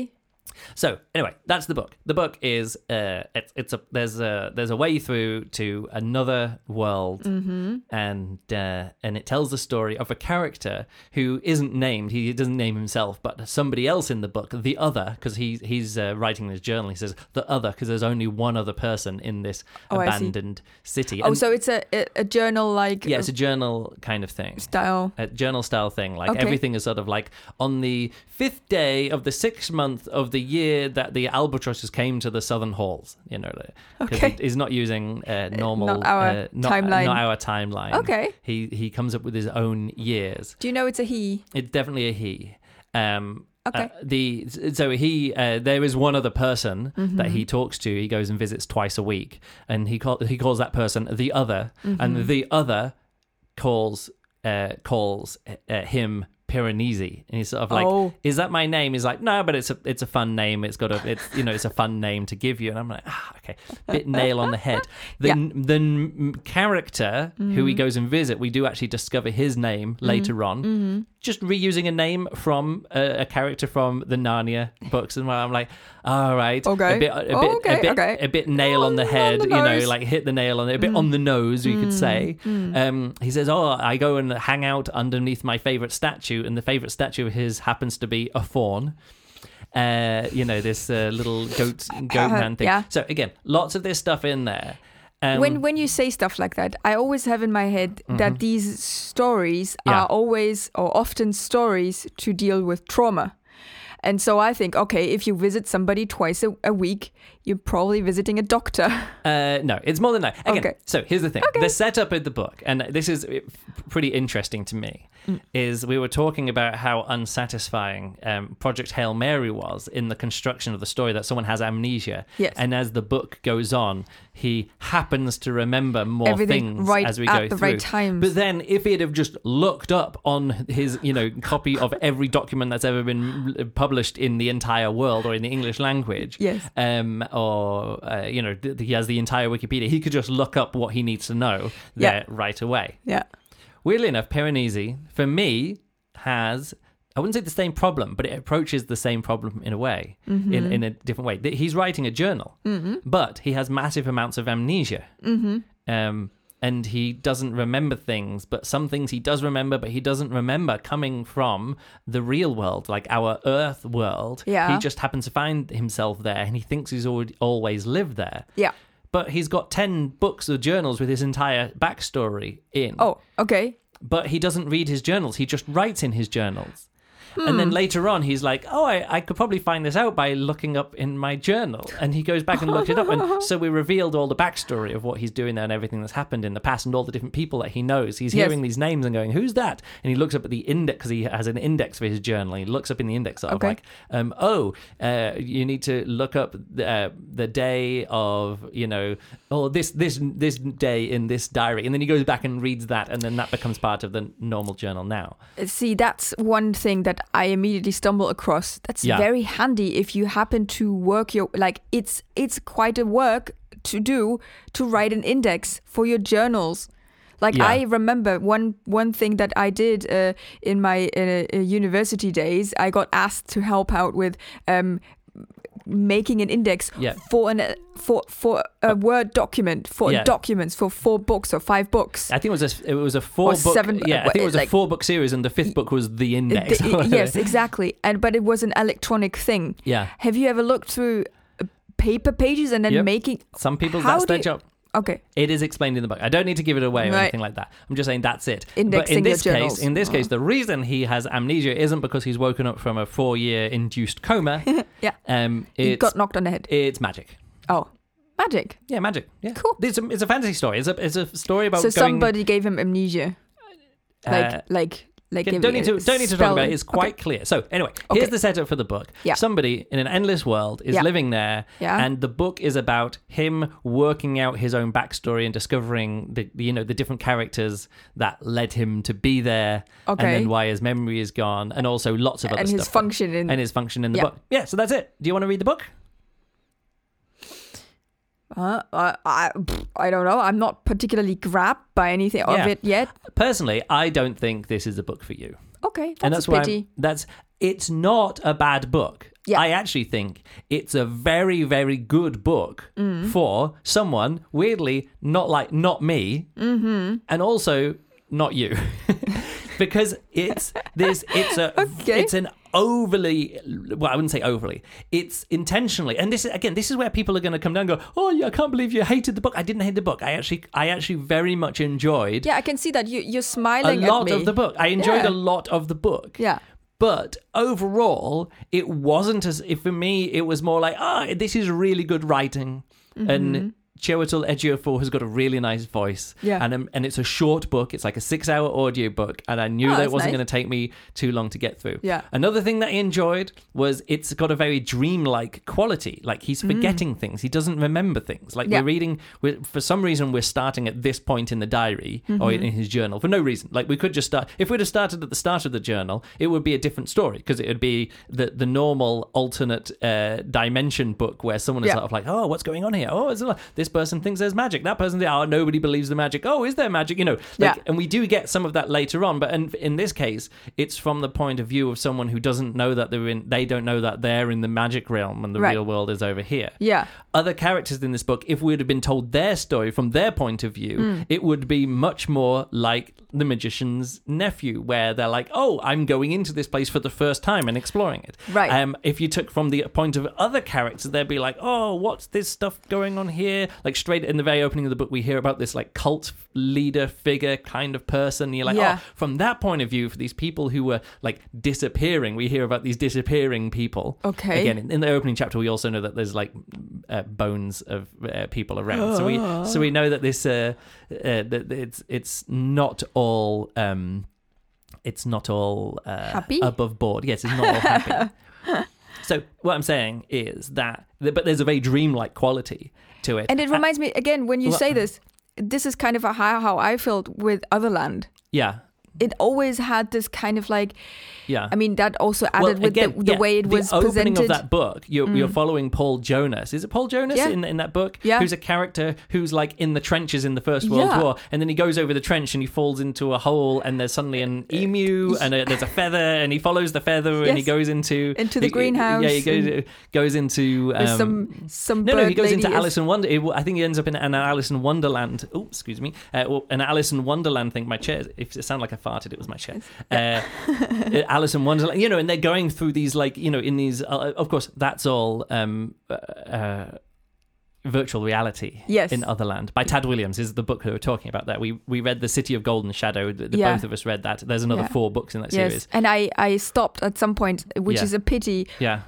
S1: so anyway that's the book the book is uh it's, it's a there's a there's a way through to another world
S2: Mm-hmm.
S1: and uh, and it tells the story of a character who isn't named he doesn't name himself but somebody else in the book the other because he he's uh, writing in his journal he says the other because there's only one other person in this
S2: Oh, I see.
S1: abandoned city
S2: Oh,
S1: And-
S2: so it's a, a, a journal like
S1: yeah it's a journal kind of thing
S2: style.
S1: a journal style thing. Like
S2: Okay.
S1: everything is sort of like on the fifth day of the sixth month of the year that the albatrosses came to the southern halls. You know, because
S2: Okay.
S1: he's not using uh, normal
S2: not our
S1: uh, not,
S2: timeline.
S1: Not our timeline.
S2: Okay.
S1: He he comes up with his own years.
S2: Do you know it's a he?
S1: It's definitely a he. Um,
S2: Okay.
S1: uh, the so he uh, there is one other person that
S2: Mm-hmm.
S1: he talks to. He goes and visits twice a week, and he call, he calls that person the
S2: Mm-hmm.
S1: other, and the other calls uh, calls uh, him Piranesi, and he's sort of like,
S2: Oh.
S1: "Is that my name?" He's like, "No, but it's a it's a fun name. It's got a it's you know it's a fun name to give you." And I'm like, "Ah, okay, bit nail on the head." The
S2: Yeah. Mm-hmm.
S1: the n- character who he goes and visit, we do actually discover his name later on, just reusing a name from uh, a, a character from the Narnia books, and where I'm like, "All right,
S2: Okay.
S1: a bit, a bit,
S2: Okay,
S1: a bit,
S2: okay.
S1: a bit nail on the
S2: On the
S1: head, you know,
S2: nose. Mm.
S1: like." like hit the nail on the, a bit on the nose, you could say. Um, he says, "Oh, I go and hang out underneath my favorite statue, and the favorite statue of his happens to be a fawn." Uh, you know, this uh, little goat goat
S2: Uh,
S1: man thing.
S2: yeah.
S1: So again, lots of this stuff in there. Um, Mm-hmm.
S2: when when you say stuff like that, I always have in my head that these stories
S1: Yeah.
S2: are always or often stories to deal with trauma. And so I think, okay, if you visit somebody twice a, a week, you're probably visiting a doctor.
S1: Uh, no, it's more than that. Again,
S2: Okay.
S1: so here's the thing: the setup of the book, and this is uh, pretty interesting to me,
S2: Mm.
S1: is we were talking about how unsatisfying um, Project Hail Mary was in the construction of the story that someone has amnesia,
S2: Yes.
S1: and as the book goes on, he happens to remember more
S2: Everything
S1: things
S2: right
S1: as we
S2: at
S1: go
S2: the
S1: through.
S2: right times.
S1: But then, if he'd have just looked up on his, you know, copy of every document that's ever been uh, published in the entire world or in the English language,
S2: Yes.
S1: um, or uh, you know, th- he has the entire Wikipedia. He could just look up what he needs to know there right away.
S2: Yeah.
S1: Weirdly enough, Piranesi for me has. I wouldn't say the same problem, but it approaches the same problem in a way, in,
S2: Mm-hmm.
S1: in a different way. Th- He's writing a journal, but he has massive amounts of amnesia.
S2: Mm-hmm.
S1: Um, and he doesn't remember things, but some things he does remember, but he doesn't remember coming from the real world, like our Earth world.
S2: Yeah.
S1: He just happens to find himself there and he thinks he's already, always lived there.
S2: Yeah.
S1: But he's got 10 books of journals with his entire backstory in
S2: Oh, okay.
S1: but he doesn't read his journals. He just writes in his journals. And then later on, he's like, "Oh, I, I could probably find this out by looking up in my journal." And he goes back and looks it up, and so we revealed all the backstory of what he's doing there and everything that's happened in the past, and all the different people that he knows. He's
S2: Yes.
S1: hearing these names and going, "Who's that?" And he looks up at the index because he has an index for his journal. He looks up in the index, sort
S2: Okay.
S1: of like, um, "Oh, uh, you need to look up the, uh, the day of, you know, or this this this day in this diary," and then he goes back and reads that, and then that becomes part of the normal journal now.
S2: See, that's one thing that I immediately stumble across. That's
S1: Yeah.
S2: very handy if you happen to work your like it's it's quite a work to do to write an index for your journals. Like
S1: Yeah.
S2: I remember one one thing that I did uh, in my uh, uh, university days. I got asked to help out with um, making an index
S1: Yeah. Uh,
S2: for an uh, for for a word document for
S1: Yeah.
S2: documents for four books or five books.
S1: I think it was a it was a four book
S2: seven-
S1: yeah I think it was a
S2: like-
S1: four book series and the fifth book was the index
S2: The- i- yes, exactly. And but it was an electronic thing.
S1: yeah
S2: Have you ever looked through uh, paper pages and then
S1: Yep.
S2: making?
S1: some people
S2: How
S1: that's
S2: do
S1: their
S2: you-
S1: job
S2: Okay,
S1: It is explained in the book. I don't need to give it away or
S2: Right.
S1: anything like that. I'm just saying that's it.
S2: Indexing
S1: but in
S2: your
S1: this case,
S2: journals. Oh.
S1: in this case, the reason he has amnesia isn't because he's woken up from a four-year induced coma.
S2: Yeah.
S1: um,
S2: it
S1: it's
S2: got knocked on the head.
S1: it's magic.
S2: Oh, magic!
S1: Yeah, magic. Yeah,
S2: Cool.
S1: It's a, it's a fantasy story. It's a it's a story about
S2: so
S1: going,
S2: somebody gave him amnesia, like
S1: uh,
S2: like like.
S1: Yeah,
S2: gave
S1: don't
S2: me
S1: need
S2: a
S1: to don't need to talk about
S2: spelling.
S1: it. It's quite clear. So anyway,
S2: Okay.
S1: here's the setup for the book.
S2: Yeah.
S1: Somebody in an endless world is
S2: Yeah.
S1: living there,
S2: Yeah.
S1: and the book is about him working out his own backstory and discovering the you know the different characters that led him to be there,
S2: Okay.
S1: and then why his memory is gone, and also lots of other
S2: and
S1: stuff
S2: his function in.
S1: and his function in the
S2: Yeah.
S1: book. Yeah. So that's it. Do you want to read the book?
S2: uh, uh, I pff, I don't know. I'm not particularly grabbed by anything of
S1: Yeah.
S2: it yet.
S1: Personally, I don't think this is a book for you.
S2: Okay, that's,
S1: and that's
S2: a
S1: why
S2: pity.
S1: I'm- that's it's not a bad book.
S2: Yeah.
S1: I actually think it's a very very good book
S2: Mm.
S1: for someone weirdly not like not me
S2: Mm-hmm.
S1: and also not you. because it's this it's a
S2: Okay.
S1: it's an overly well I wouldn't say overly it's intentionally and this is again this is where people are going to come down and go oh yeah I can't believe you hated the book I didn't hate the book I actually I actually very much enjoyed
S2: yeah, I can see that you you're
S1: a
S2: smiling at
S1: lot
S2: me.
S1: of the book. I enjoyed
S2: Yeah.
S1: a lot of the book.
S2: Yeah.
S1: But overall, it wasn't as if for me, it was more like, ah, this is really good writing. And Chiwetel Ejiofor has got a really nice voice.
S2: Mm-hmm. Yeah.
S1: And um, and it's a short book. It's like a six hour audio book. And I knew
S2: Oh,
S1: that it
S2: that's
S1: wasn't
S2: nice.
S1: going to take me too long to get through.
S2: Yeah.
S1: Another thing that I enjoyed was it's got a very dreamlike quality. Like he's forgetting things. He doesn't remember things. Like
S2: Hmm. Yeah.
S1: we're reading, we're, for some reason, we're starting at this point in the diary or
S2: Mm-hmm.
S1: in his journal for no reason. Like we could just start, if we'd have started at the start of the journal, it would be a different story because it would be the, the normal alternate uh, dimension book where someone is
S2: Yeah.
S1: sort of like, oh, what's going on here? Oh, it's a, this person thinks there's magic. That person, oh, nobody believes the magic. Oh, is there magic? You know, like,
S2: Yeah.
S1: and we do get some of that later on, but in, in this case, it's from the point of view of someone who doesn't know that they're in, they don't know that they're in the magic realm and the
S2: Right.
S1: real world is over here.
S2: Yeah.
S1: Other characters in this book, if we would have been told their story from their point of view,
S2: Hmm.
S1: it would be much more like the magician's nephew, where they're like, "Oh, I'm going into this place for the first time and exploring it."
S2: Right.
S1: Um, if you took from the point of other characters, they'd be like, "Oh, what's this stuff going on here?" Like straight in the very opening of the book, we hear about this like cult leader figure kind of person. And you're like,
S2: Yeah.
S1: "Oh, from that point of view, for these people who were like disappearing, we hear about these disappearing people."
S2: Okay.
S1: Again, in, in the opening chapter, we also know that there's like uh, bones of uh, people around, so we so we know that this uh, uh that it's it's not all um it's not all uh,
S2: Happy?
S1: above board. Yes, it's not all happy. so what I'm saying is that but there's a very dreamlike quality to it,
S2: And it reminds me again when you
S1: Well- uh-huh.
S2: say this, this is kind of a how, how I felt with Otherland.
S1: yeah,
S2: It always had this kind of like,
S1: yeah.
S2: I mean, that also added with the, the
S1: yeah,
S2: way it was
S1: the opening
S2: presented. Mm.
S1: of that book. You're, you're following Paul Jonas. Is it Paul Jonas
S2: Yeah.
S1: in in that book?
S2: Yeah.
S1: who's a character who's like in the trenches in the First World
S2: Yeah.
S1: War, and then he goes over the trench and he falls into a hole, and there's suddenly an emu and a, there's a feather, and he follows the feather, and he
S2: Uh, Yes.
S1: goes into
S2: Into the
S1: he-
S2: greenhouse
S1: Yeah, he goes goes into
S2: There's
S1: um,
S2: some some
S1: no,
S2: bird
S1: no, he goes
S2: lady
S1: into
S2: is-
S1: Alice in Wonder. it- I think he ends up in an Alice in Wonderland. Oh, excuse me, uh, well, an Alice in Wonderland thing. My chair. If it sounded like I farted, it was my chair. Uh, Alice in Wonderland. You know, and they're going through these like you know in these. Uh, of course, that's all. Um, uh, uh, virtual reality
S2: Yes.
S1: in Otherland by Tad Williams is the book we were talking about there. We we read The City of Golden Shadow. The, the
S2: Yeah.
S1: both of us read that. There's another
S2: Yeah.
S1: four books in that
S2: Yes,
S1: series.
S2: and I I stopped at some point, which
S1: Yeah.
S2: is a pity.
S1: Yeah.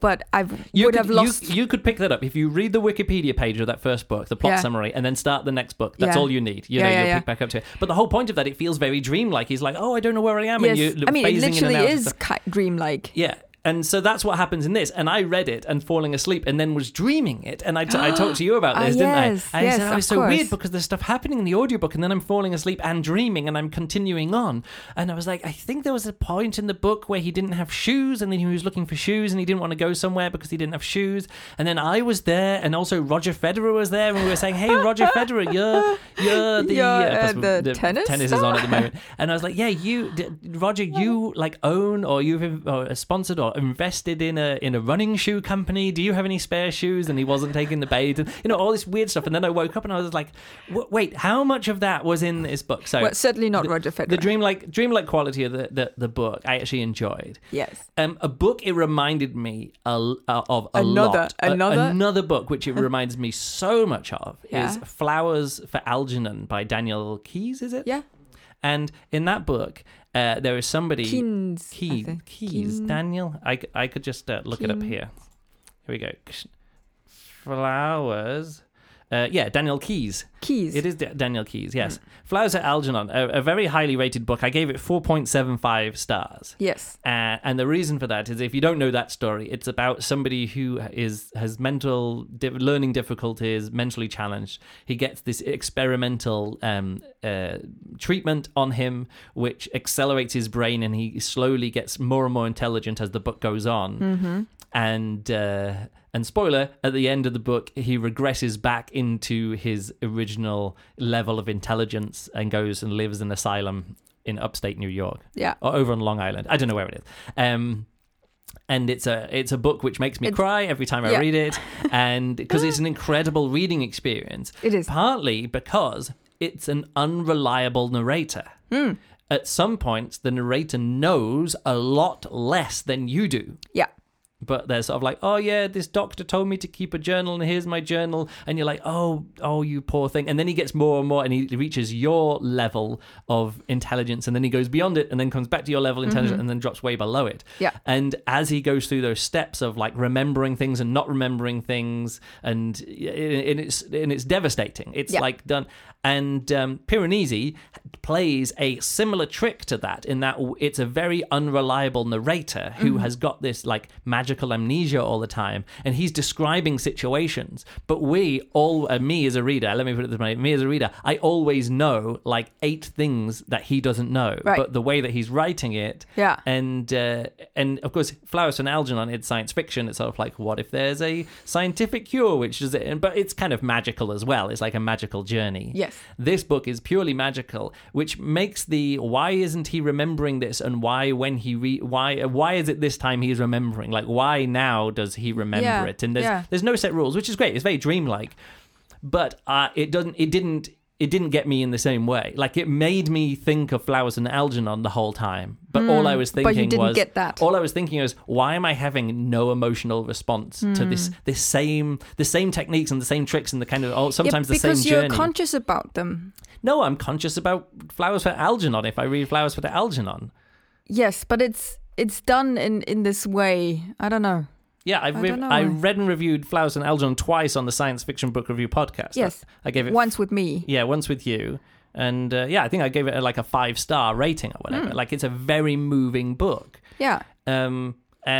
S2: But I would
S1: you could,
S2: have lost.
S1: You, you could pick that up if you read the Wikipedia page of that first book, the plot
S2: Yeah.
S1: summary, and then start the next book. That's
S2: Yeah.
S1: all you need. You
S2: Yeah,
S1: know,
S2: yeah,
S1: you'll
S2: yeah.
S1: pick back up to it. But the whole point of that, it feels very dreamlike. He's like, oh, I don't know where I am,
S2: yes,
S1: and you
S2: I mean, it
S1: phasing in and out
S2: literally
S1: of
S2: is
S1: stuff.
S2: ki dreamlike.
S1: Yeah. And so that's what happens in this. And I read it and falling asleep and then was dreaming it. And I, t- I talked to you about
S2: Ah,
S1: this, didn't
S2: yes,
S1: I? I
S2: yes,
S1: said, oh,
S2: of
S1: it's so
S2: course.
S1: weird because there's stuff happening in the audiobook and then I'm falling asleep and dreaming and I'm continuing on. And I was like, I think there was a point in the book where he didn't have shoes and then he was looking for shoes and he didn't want to go somewhere because he didn't have shoes. And then I was there and also Roger Federer was there and we were saying, hey, Roger Federer, you're, you're the,
S2: You're,
S1: of course,
S2: uh, the tennis
S1: tennis is on at the moment. And I was like, yeah, you, d- Roger, you like own or you've in- or sponsored or invested in a in a running shoe company. Do you have any spare shoes? And he wasn't taking the bait, and you know all this weird stuff. And then I woke up and I was like, w- wait, how much of that was in this book? So
S2: Well, certainly not
S1: the,
S2: Roger Federer.
S1: The dreamlike dreamlike quality of the, the the book I actually enjoyed.
S2: yes.
S1: Um, a book it reminded me a, l- uh, of a
S2: Another-
S1: lot. A-
S2: another?
S1: another book which it reminds me so much of is
S2: Yeah.
S1: Flowers for Algernon by Daniel Keyes. Is it?
S2: Yeah.
S1: And in that book, uh, there is somebody
S2: Keynes, I
S1: Key-
S2: think.
S1: Keyes, Daniel. I, c- I could just uh, look it up here. Here we go. Ksh- Flowers. Uh, yeah, Daniel Keyes.
S2: Keys.
S1: It is D- Daniel Keyes. Yes,
S2: Hmm.
S1: Flowers at Algernon, a, a very highly rated book. I gave it four point seven five stars.
S2: Yes.
S1: Uh, and the reason for that is, if you don't know that story, it's about somebody who is has mental di- learning difficulties, mentally challenged. He gets this experimental um, uh, treatment on him, which accelerates his brain, and he slowly gets more and more intelligent as the book goes on. And uh, and spoiler, at the end of the book, he regresses back into his original level of intelligence and goes and lives in an asylum in upstate New York
S2: Yeah.
S1: or over on Long Island. I don't know where it is. Um, and it's a it's a book which makes me
S2: It's-
S1: cry every time I
S2: yeah.
S1: read it, and because it's an incredible reading experience.
S2: It is.
S1: partly because it's an unreliable narrator.
S2: Hmm.
S1: At some points, the narrator knows a lot less than you do
S2: Yeah.
S1: but they're sort of like, oh yeah, this doctor told me to keep a journal, and here's my journal, and you're like, oh, oh, you poor thing, and then he gets more and more, and he reaches your level of intelligence, and then he goes beyond it, and then comes back to your level of intelligence, and then drops way below it.
S2: Yeah.
S1: And as he goes through those steps of like remembering things and not remembering things, and, and it's and it's devastating. It's
S2: Yeah.
S1: like done. And um, Piranesi plays a similar trick to that in that it's a very unreliable narrator
S2: Mm-hmm.
S1: who has got this like magical amnesia all the time, and he's describing situations. But we all, uh, me as a reader, let me put it this way: me as a reader, I always know like eight things that he doesn't know,
S2: Right.
S1: but the way that he's writing it,
S2: Yeah.
S1: and uh, and of course Flowers and Algernon it's science fiction it's sort of like what if there's a scientific cure which is it but it's kind of magical as well it's like a magical journey
S2: Yes.
S1: this book is purely magical which makes the why isn't he remembering this and why when he re- why why is it this time he's remembering like why now does he remember
S2: Yeah,
S1: it and there's
S2: yeah.
S1: there's no set rules which is great it's very dreamlike but uh, it doesn't it didn't it didn't get me in the same way like it made me think of flowers and algernon the whole time but all i was
S2: Hmm, but
S1: thinking
S2: you didn't
S1: was
S2: get that.
S1: all i was thinking was why am i having no emotional response to this this same the same techniques and the same tricks and the kind of oh,
S2: Hmm. Yeah,
S1: sometimes the same
S2: because you're
S1: journey
S2: conscious about them.
S1: no i'm conscious about flowers for algernon if i read flowers for algernon
S2: Yes, but it's it's done in in this way. I don't know.
S1: yeah, I've
S2: I
S1: re-
S2: don't know.
S1: I read and reviewed Flowers and Algernon twice on the Science Fiction Book Review podcast.
S2: Yes.
S1: I, I gave it
S2: Once with me.
S1: yeah once with you and uh, yeah i think i gave it a, like a five star rating or whatever
S2: Hmm.
S1: like it's a very moving book
S2: Yeah.
S1: um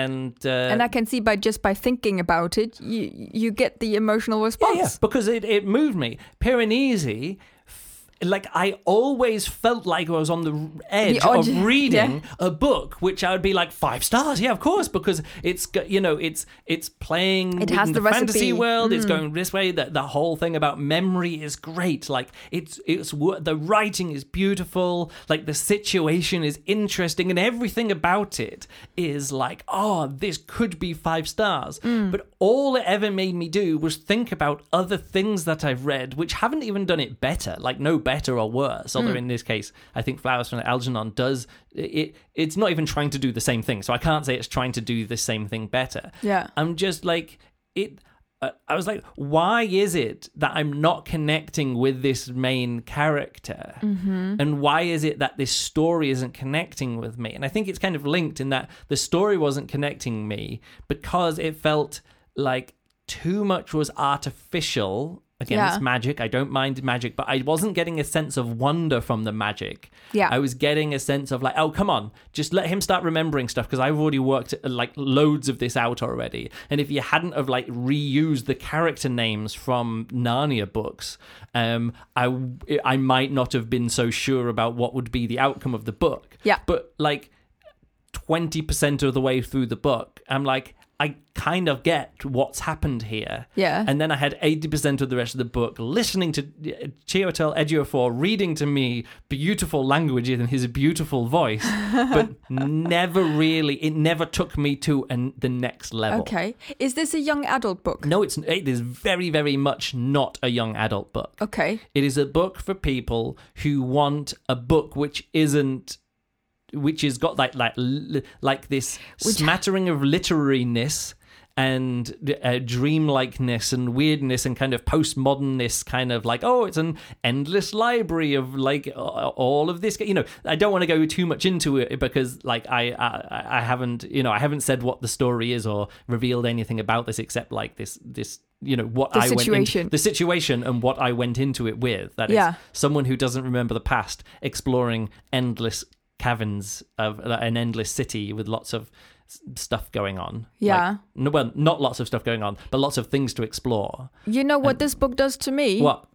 S1: and uh,
S2: and I can see by just by thinking about it, you you get the emotional
S1: yeah,
S2: response.
S1: yeah, because it, it moved me piranesi f- like I always felt like I was on the r- edge
S2: The
S1: of
S2: edge,
S1: reading a book, which I would be like five stars. Yeah, of course, because it's g- you know it's it's playing
S2: It has
S1: in
S2: the
S1: fantasy
S2: recipe.
S1: world. It's going this way. That the whole thing about memory is great. Like it's it's wo- the writing is beautiful. Like the situation is interesting, and everything about it is like oh, this could be five stars. But all it ever made me do was think about other things that I've read, which haven't even done it better. Like no better or worse. Although in this case, I think Flowers from Algernon does it. It's not even trying to do the same thing, so I can't say it's trying to do the same thing better.
S2: Yeah.
S1: I'm just like it. Uh, I was like, why is it that I'm not connecting with this main character,
S2: Mm-hmm.
S1: and why is it that this story isn't connecting with me? And I think it's kind of linked in that the story wasn't connecting me because it felt like too much was artificial. Again,
S2: Yeah.
S1: it's magic. I don't mind magic, but I wasn't getting a sense of wonder from the magic.
S2: Yeah.
S1: I was getting a sense of like, oh, come on, just let him start remembering stuff because I've already worked uh, like loads of this out already. And if you hadn't have like reused the character names from Narnia books, um, I I might not have been so sure about what would be the outcome of the book.
S2: Yeah.
S1: But like 20% of the way through the book, I'm like, I kind of get what's happened here.
S2: Yeah.
S1: And then I had 80% of the rest of the book listening to uh, Chiotel Ejiofor reading to me beautiful language in his beautiful voice, but never really, it never took me to an, the next level.
S2: Okay. Is this a young adult book?
S1: No, it's, it is very, very much not a young adult book.
S2: Okay.
S1: It is a book for people who want a book which isn't which has got like like l- like this smattering of literariness and uh, dreamlikeness and weirdness and kind of postmodernness kind of like oh it's an endless library of like a- all of this you know i don't want to go too much into it because like I, I i haven't you know i haven't said what the story is or revealed anything about this except like this this you know what
S2: The
S1: i went
S2: situation.
S1: into, the situation and what i went into it with that is
S2: Yeah.
S1: someone who doesn't remember the past exploring endless caverns of uh, an endless city with lots of s- stuff going on.
S2: Yeah.
S1: Like, no, well, not lots of stuff going on, but lots of things to explore.
S2: You know what this book does to me?
S1: What?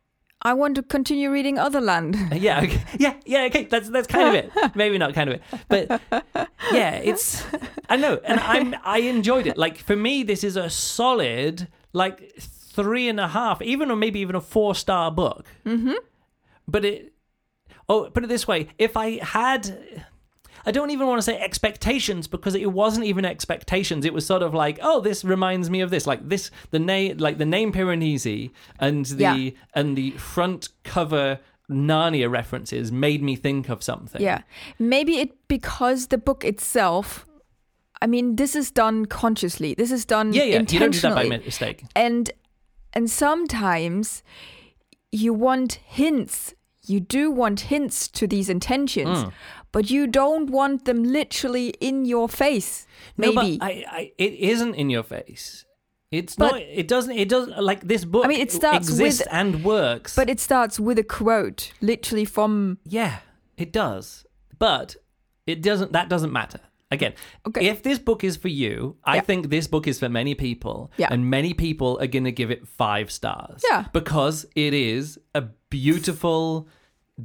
S2: I want to continue reading Otherland.
S1: Yeah, okay. yeah, yeah. Okay, that's that's kind of it. Maybe not kind of it, but yeah, it's. I know, and I'm. I enjoyed it. Like for me, this is a solid like three and a half, even or maybe even a four star book. Mm-hmm. But it. Oh, put it this way: if I had. I don't even want to say expectations because it wasn't even expectations. It was sort of like, oh, this reminds me of this, like this, the name, like the name Piranesi and the
S2: Yeah.
S1: and the front cover Narnia references made me think of something.
S2: yeah. Maybe it because the book itself I mean, this is done consciously. This is done
S1: Yeah, yeah. You don't do that by
S2: intentionally.
S1: mi- mistake.
S2: and and sometimes you want hints. You do want hints to these intentions,
S1: Hmm.
S2: but you don't want them literally in your face.
S1: No,
S2: Maybe.
S1: but I, I, it isn't in your face. It's
S2: But-
S1: not. It doesn't. It doesn't. Like this book.
S2: I mean, it starts with-
S1: exists and works.
S2: But it starts with a quote, literally from
S1: Yeah, it does. But it doesn't that doesn't matter. Again,
S2: Okay.
S1: if this book is for you, I
S2: Yeah.
S1: think this book is for many people.
S2: Yeah.
S1: And many people are gonna give it five stars.
S2: Yeah.
S1: Because it is a beautiful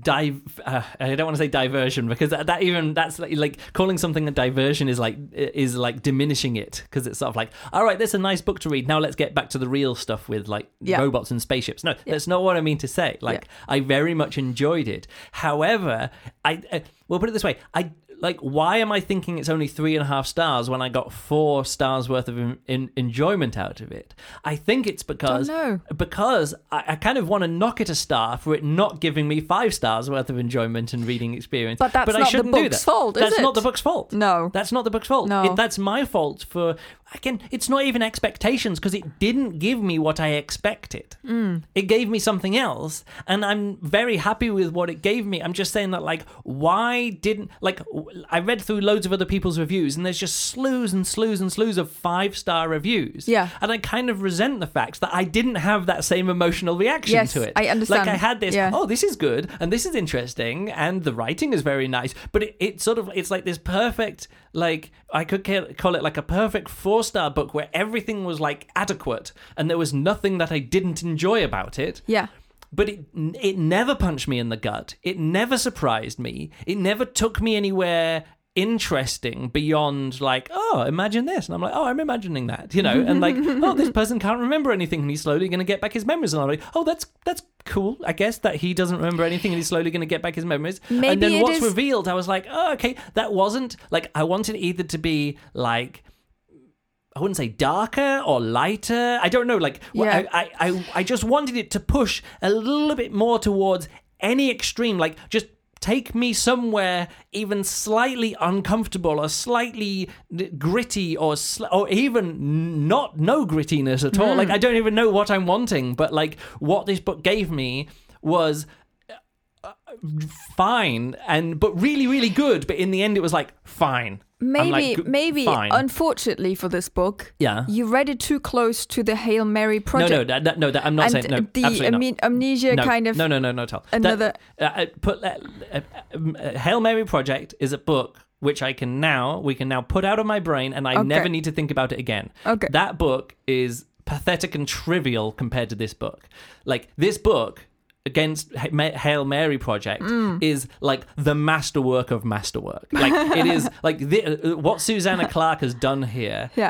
S1: dive uh, i don't want to say diversion because that, that even that's like, like calling something a diversion is like is like diminishing it because it's sort of like all right that's a nice book to read now let's get back to the real stuff with like
S2: Yeah.
S1: robots and spaceships no that's not what i mean to say like I very much enjoyed it. However, I uh, well put it this way: I like. Why am I thinking it's only three and a half stars when I got four stars worth of in, in, enjoyment out of it? I think it's because
S2: know.
S1: because I, I kind of want to knock it a star for it not giving me five stars worth of enjoyment and reading experience.
S2: But that's
S1: I
S2: not the
S1: shouldn't do
S2: book's
S1: that.
S2: fault, is
S1: That's not
S2: it?
S1: the book's fault.
S2: No.
S1: that's not the book's fault.
S2: No.
S1: It- that's my fault for again. It's not even expectations because it didn't give me what I expected it gave me something else and i'm very happy with what it gave me i'm just saying that like why didn't like w- i read through loads of other people's reviews and there's just slews and slews and slews of five star reviews
S2: Yeah.
S1: and i kind of resent the fact that i didn't have that same emotional reaction
S2: Yes,
S1: to it
S2: I
S1: like
S2: understand.
S1: i had this
S2: Yeah.
S1: oh this is good and this is interesting and the writing is very nice but it, it sort of it's like this perfect like i could ca- call it like a perfect four star book where everything was like adequate and there was nothing that i didn't enjoy about it
S2: yeah.
S1: but it it never punched me in the gut. It never surprised me. It never took me anywhere interesting beyond like oh imagine this and i'm like oh i'm imagining that you know and like oh this person can't remember anything and he's slowly going to get back his memories and i'm like oh that's that's cool i guess that he doesn't remember anything and he's slowly going to get back his memories and
S2: Maybe
S1: then
S2: it
S1: what's
S2: is-
S1: revealed i was like oh okay that wasn't like i wanted either to be like I wouldn't say darker or lighter. I don't know. Like, wh-
S2: Yeah.
S1: I, I, I, I just wanted it to push a little bit more towards any extreme. Like, just take me somewhere even slightly uncomfortable or slightly n- gritty or sl- or even n- not no grittiness at
S2: Mm.
S1: all. Like, I don't even know what I'm wanting, but like what this book gave me was uh, fine and but really really good but in the end it was like fine I'm
S2: Maybe,
S1: like, "Good,
S2: maybe,
S1: fine."
S2: unfortunately for this book,
S1: Yeah.
S2: you read it too close to the Hail Mary
S1: no
S2: project.
S1: no that, that- no that, i'm not
S2: and
S1: saying no
S2: the
S1: absolutely not.
S2: amne- amnesia
S1: no,
S2: kind of
S1: no, no, no, not at all. That-
S2: another-
S1: uh, I put uh, uh, um, uh, Hail Mary Project is a book which I can now we can now put out of my brain, and I
S2: Okay.
S1: never need to think about it again.
S2: Okay.
S1: that book is pathetic and trivial compared to this book. Like this book against Ha- Ma- Hail Mary Project
S2: Mm.
S1: is like the masterwork of masterwork. Like it is like the, uh, what Susanna Clark has done here
S2: yeah.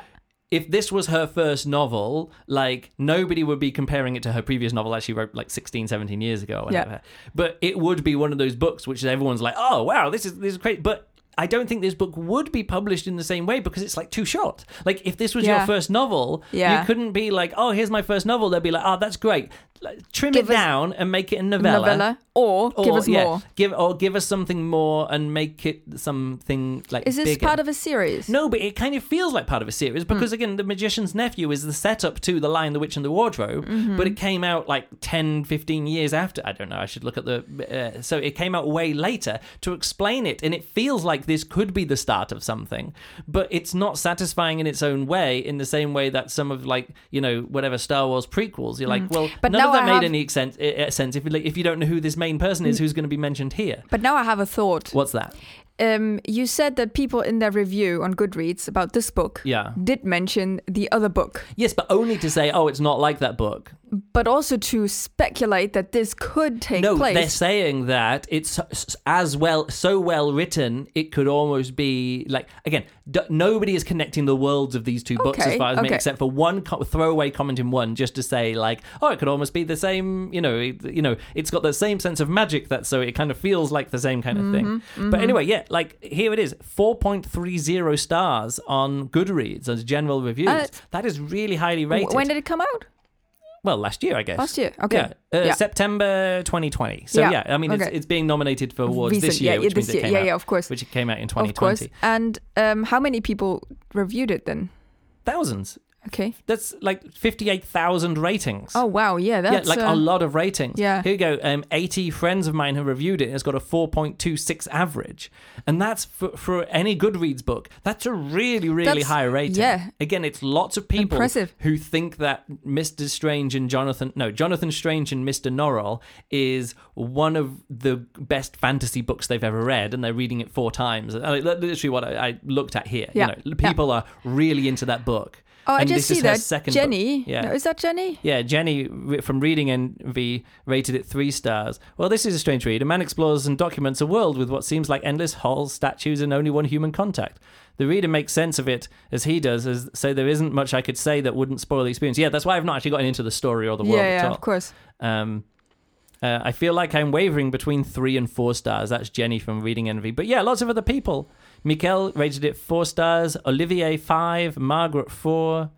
S1: if this was her first novel, like nobody would be comparing it to her previous novel that she wrote like 16, 17 years ago. or
S2: Yeah.
S1: Whatever. But it would be one of those books which everyone's like, oh, wow, this is, this is great. But I don't think this book would be published in the same way because it's like too short. Like if this was your
S2: Yeah.
S1: first novel,
S2: Yeah.
S1: you couldn't be like, oh, here's my first novel. They'd be like, oh, that's great. Like, trim
S2: Give
S1: it
S2: us-
S1: down and make it a
S2: novella, or,
S1: Or,
S2: give us
S1: yeah,
S2: more.
S1: Give or give us something more and make it something like.
S2: Is this
S1: bigger.
S2: part of a series?
S1: No, but it kind of feels like part of a
S2: Hmm.
S1: series because again, The Magician's Nephew is the setup to The Lion, the Witch, and the Wardrobe,
S2: Mm-hmm.
S1: but it came out like 10, 15 years after. I don't know. I should look at the. Uh, so it came out way later to explain it, and it feels like this could be the start of something, but it's not satisfying in its own way. In the same way that some of like you know whatever Star Wars prequels, you're like, well,
S2: Mm. But
S1: none of
S2: now
S1: that
S2: I
S1: made
S2: have- Mm.
S1: any sense. eh, eh, Sense if you like, if you don't know who this main person is, who's going to be mentioned here.
S2: But now I have a thought.
S1: What's that?
S2: Um, you said that people in their review on Goodreads about this book
S1: Yeah.
S2: did mention the other book,
S1: Yes, but only to say, oh, it's not like that book.
S2: but also to speculate that this could take
S1: no, they're
S2: place.
S1: saying that it's s- s- as well, so well written, it could almost be like again. D- nobody is connecting the worlds of these two books as
S2: Okay,
S1: far as me,
S2: okay.
S1: except for one co- throwaway comment in one, just to say like, oh, it could almost be the same. You know, it, you know, it's got the same sense of magic that so it kind of feels like the same kind of thing.
S2: Mm-hmm,
S1: But anyway, yeah, like here it is, four point three zero stars on Goodreads as general reviews.
S2: Uh,
S1: that is really highly rated.
S2: W- When did it come out?
S1: well, last year, I guess.
S2: Last year, okay.
S1: Yeah, uh,
S2: Yeah.
S1: September 2020. So, yeah,
S2: Yeah,
S1: I mean, it's,
S2: okay.
S1: it's being nominated for awards this
S2: Recent,
S1: year,
S2: yeah,
S1: which
S2: yeah,
S1: means
S2: this
S1: it
S2: year.
S1: came
S2: Yeah,
S1: out.
S2: yeah, of course.
S1: Which it came out in
S2: Of course.
S1: 2020.
S2: And um, how many people reviewed it then?
S1: Thousands.
S2: Okay.
S1: That's like 58,000 ratings.
S2: Oh wow, yeah, that's
S1: yeah, like
S2: uh,
S1: a lot of ratings.
S2: yeah.
S1: Here you go. Um, 80 friends of mine have reviewed it. It's got a 4.26 average. And that's for, for any Goodreads book. That's a really, really
S2: That's-
S1: high rating.
S2: yeah.
S1: Again, it's lots of people
S2: Impressive.
S1: who think that Mr. Strange and Jonathan, no, Jonathan Strange and Mr. Norrell is one of the best fantasy books they've ever read. And they're reading it four times. I mean, that's literally what I, I looked at here.
S2: Yeah.
S1: You know, people are really into that book.
S2: Oh, I
S1: And
S2: just
S1: this
S2: see
S1: is her
S2: that
S1: second book.
S2: Jenny.
S1: Yeah.
S2: No, is that Jenny?
S1: Yeah, Jenny re- from Reading Envy rated it three stars. Well, this is a strange read. A man explores and documents a world with what seems like endless halls, statues, and only one human contact. The reader makes sense of it as he does, as so there isn't much I could say that wouldn't spoil the experience. Yeah, that's why I've not actually gotten into the story or the world
S2: yeah,
S1: at
S2: yeah,
S1: all.
S2: of course.
S1: Um, uh, I feel like I'm wavering between three and four stars. That's Jenny from Reading Envy. But yeah, lots of other people. Mikel rated it four stars, Olivier five, Margaret four,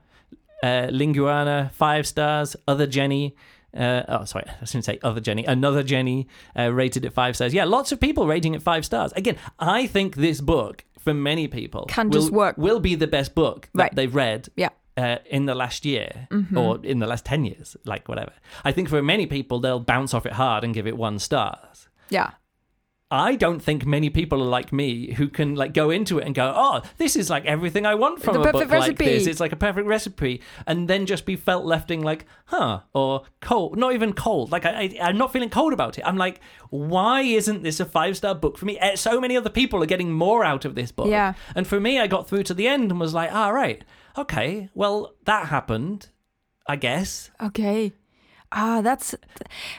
S1: uh, Linguana five stars, other Jenny. Uh, oh, sorry, I shouldn't say other Jenny. Another Jenny uh, rated it five stars. Yeah, lots of people rating it five stars. Again, I think this book, for many people,
S2: Can
S1: will,
S2: just work.
S1: will be the best book that
S2: Right.
S1: they've read
S2: Yeah.
S1: uh, in the last year or in the last 10 years, like whatever. I think for many people, they'll bounce off it hard and give it one stars.
S2: Yeah.
S1: I don't think many people are like me who can like go into it and go, "Oh, this is like everything I want from
S2: The
S1: a book
S2: perfect
S1: like this.
S2: recipe."
S1: It's like a perfect recipe," and then just be felt lefting like, "Huh?" or cold. Not even cold. Like I, I, I'm not feeling cold about it. I'm like, "Why isn't this a five star book for me?" Eh, So many other people are getting more out of this book.
S2: Yeah.
S1: And for me, I got through to the end and was like, "All right, okay, well that happened." I guess.
S2: Okay. Ah, that's
S1: And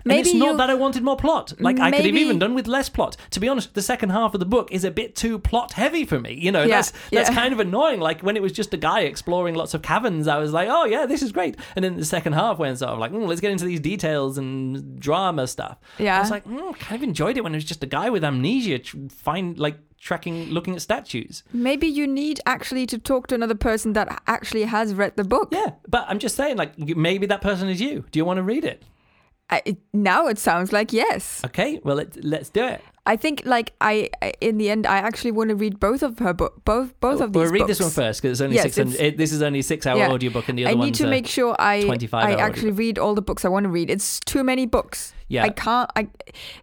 S2: maybe
S1: it's not
S2: you,
S1: that I wanted more plot. Like I could have
S2: Maybe-
S1: even done with less plot. To be honest, the second half of the book is a bit too plot heavy for me. You know,
S2: Yeah,
S1: that's that's
S2: yeah.
S1: kind of annoying. Like when it was just a guy exploring lots of caverns, I was like, oh yeah, this is great. And then the second half went sort of like, mm, let's get into these details and drama stuff. I
S2: Yeah.
S1: was like, mm, kind of enjoyed it when it was just a guy with amnesia tr- find like tracking, looking at statues.
S2: maybe you need actually to talk to another person that actually has read the book.
S1: Yeah, but I'm just saying, like you- maybe that person is you. Do you want to read it?
S2: I, it, now it sounds like yes.
S1: Okay, well let, let's do it.
S2: I think like I I- in the end I actually want to read both of her book both both of these
S1: Well, read
S2: books.
S1: this one first because it's only
S2: Yes,
S1: six hundred.
S2: it's-
S1: It, this is only six hour
S2: Yeah.
S1: audiobook, and the
S2: I
S1: other
S2: need
S1: one's
S2: to
S1: uh,
S2: make sure I
S1: 25
S2: I
S1: hour
S2: actually read all the books I want to read. It's too many books.
S1: Yeah.
S2: I can't I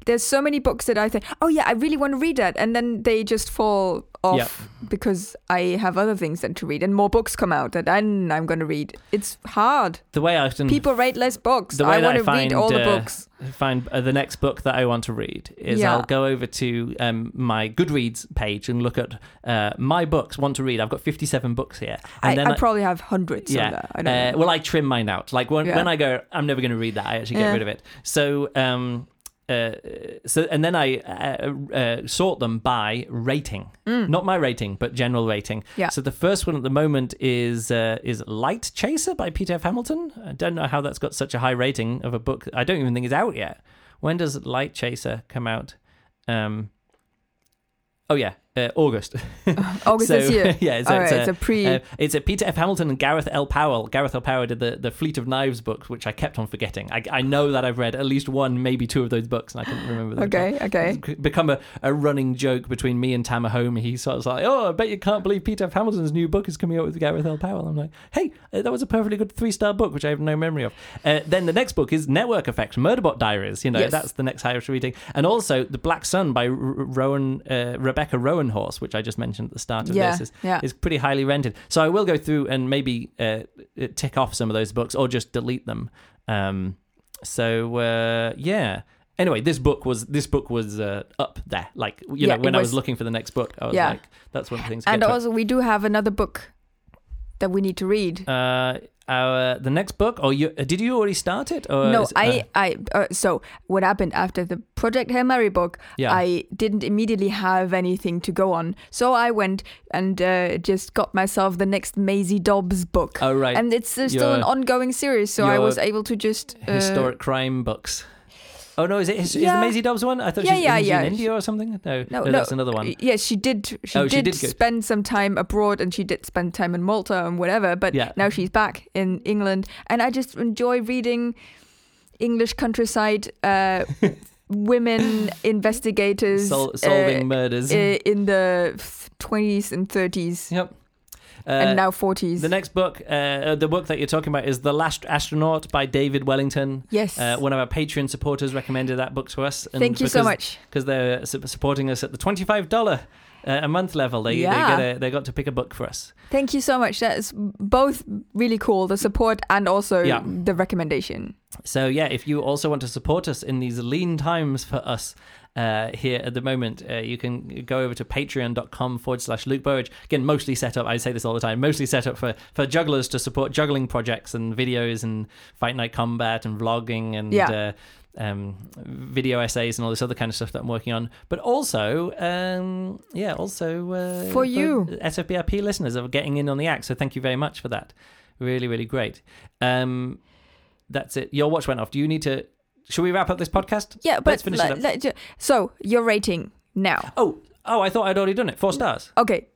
S2: there's so many books that I think, "Oh yeah, I really want to read that." And then they just fall off because I have other things then to read and more books come out that then I'm going to read. It's hard.
S1: the way I often
S2: People rate less books.
S1: Hmm. the way
S2: I
S1: that
S2: want
S1: I
S2: to
S1: find
S2: read all the
S1: uh,
S2: books.
S1: find uh, the next book that I want to read is
S2: Yeah.
S1: I'll go over to um, my Goodreads page and look at uh, my books want to read. I've got fifty seven books here, and
S2: I,
S1: then
S2: I probably have hundreds of that. I don't
S1: uh,
S2: know.
S1: Well, I trim mine out. Like when,
S2: Yeah.
S1: when I go, I'm never going to read that. I actually get
S2: Yeah.
S1: rid of it. So, um, uh, so and then I uh, uh, sort them by rating, not my rating, but general rating.
S2: Mm. Yeah.
S1: So the first one at the moment is uh, is Light Chaser by Peter F. Hamilton. I don't know how that's got such a high rating of a book. I don't even think it's out yet. When does Light Chaser come out? Um, oh yeah, uh, August.
S2: August
S1: so,
S2: Oh, this year.
S1: yeah, it's,
S2: All
S1: a, it's,
S2: right,
S1: a,
S2: it's a pre-
S1: uh, it's a Peter F. Hamilton and Gareth L. Powell. Gareth L. Powell did the, the Fleet of Knives books, which I kept on forgetting. I, I know that I've read at least one, maybe two of those books, and I couldn't remember them.
S2: Okay, okay.
S1: uh, It's become a, a running joke between me and Tamahome. He's sort of like, oh, I bet you can't believe Peter F. Hamilton's new book is coming out with Gareth L. Powell. I'm like, hey, uh, that was a perfectly good three star book, which I have no memory of. Uh, then the next book is Network Effect, Murderbot Diaries. You know,
S2: Yes.
S1: that's the next highest reading. And also The Black Sun by R- R- Rowan, uh, Rebecca Rowanhorse, which I just mentioned at the start of
S2: Yeah,
S1: this, is,
S2: yeah.
S1: is pretty highly rented. So I will go through and maybe uh, tick off some of those books or just delete them. Um, so uh, yeah. Anyway, this book was this book was uh, up there. Like you
S2: Yeah,
S1: know, when
S2: it
S1: I was
S2: was-
S1: looking for the next book, I was
S2: Yeah.
S1: like, that's one of the things. to
S2: and
S1: get to.
S2: also we do have another book that we need to read.
S1: uh, our the next book, or you, uh, did you already start it? Or
S2: no,
S1: is- uh,
S2: I, I, uh, so what happened after the Project Hail Mary book?
S1: Yeah.
S2: I didn't immediately have anything to go on, so I went and uh, just got myself the next Maisie Dobbs book.
S1: Oh, right.
S2: and it's uh, still an
S1: Your-
S2: ongoing series, so I
S1: your
S2: was able to just uh,
S1: historic crime books. Oh no, is it is, is
S2: Yeah.
S1: the Maisie Dobbs one? I thought
S2: Yeah,
S1: she's
S2: yeah,
S1: is she
S2: yeah.
S1: in India or something. No,
S2: No,
S1: no,
S2: no,
S1: that's another one.
S2: Yeah, she did. She
S1: Oh,
S2: did,
S1: she did go-
S2: spend some time abroad, and she did spend time in Malta and whatever. But
S1: Yeah.
S2: now she's back in England, and I just enjoy reading English countryside uh, women investigators
S1: Sol-
S2: uh,
S1: solving murders.
S2: i- in the twenties and thirties,
S1: yep. Uh,
S2: and now forties.
S1: the next book, uh, uh, the book that you're talking about is The Last Astronaut by David Wellington.
S2: Yes.
S1: Uh, one of our Patreon supporters recommended that book to us. and
S2: Thank you so
S1: because-
S2: much.
S1: Because they're su- supporting us at the $25 uh, a month level. They,
S2: Yeah.
S1: they, get a, they got to pick a book for us.
S2: Thank you so much. That is both really cool. The support and also
S1: Yeah.
S2: the recommendation.
S1: So yeah, if you also want to support us in these lean times for us uh, here at the moment, uh, you can go over to patreon.com forward slash Luke Burridge. Again, mostly set up, I say this all the time, mostly set up for, for jugglers to support juggling projects and videos and fight night combat and vlogging and
S2: Yeah.
S1: uh, um, video essays and all this other kind of stuff that I'm working on. But also, um, yeah, also uh,
S2: For you.
S1: SFBRP listeners are getting in on the act. So thank you very much for that. Really, really great. Um, that's it. Your watch went off. Do you need to? Should we wrap up this podcast?
S2: Yeah, but
S1: let's finish
S2: let-
S1: it up.
S2: let ju- so your rating now.
S1: oh, oh, I thought I'd already done it.
S2: Mm.
S1: Four stars,
S2: Okay,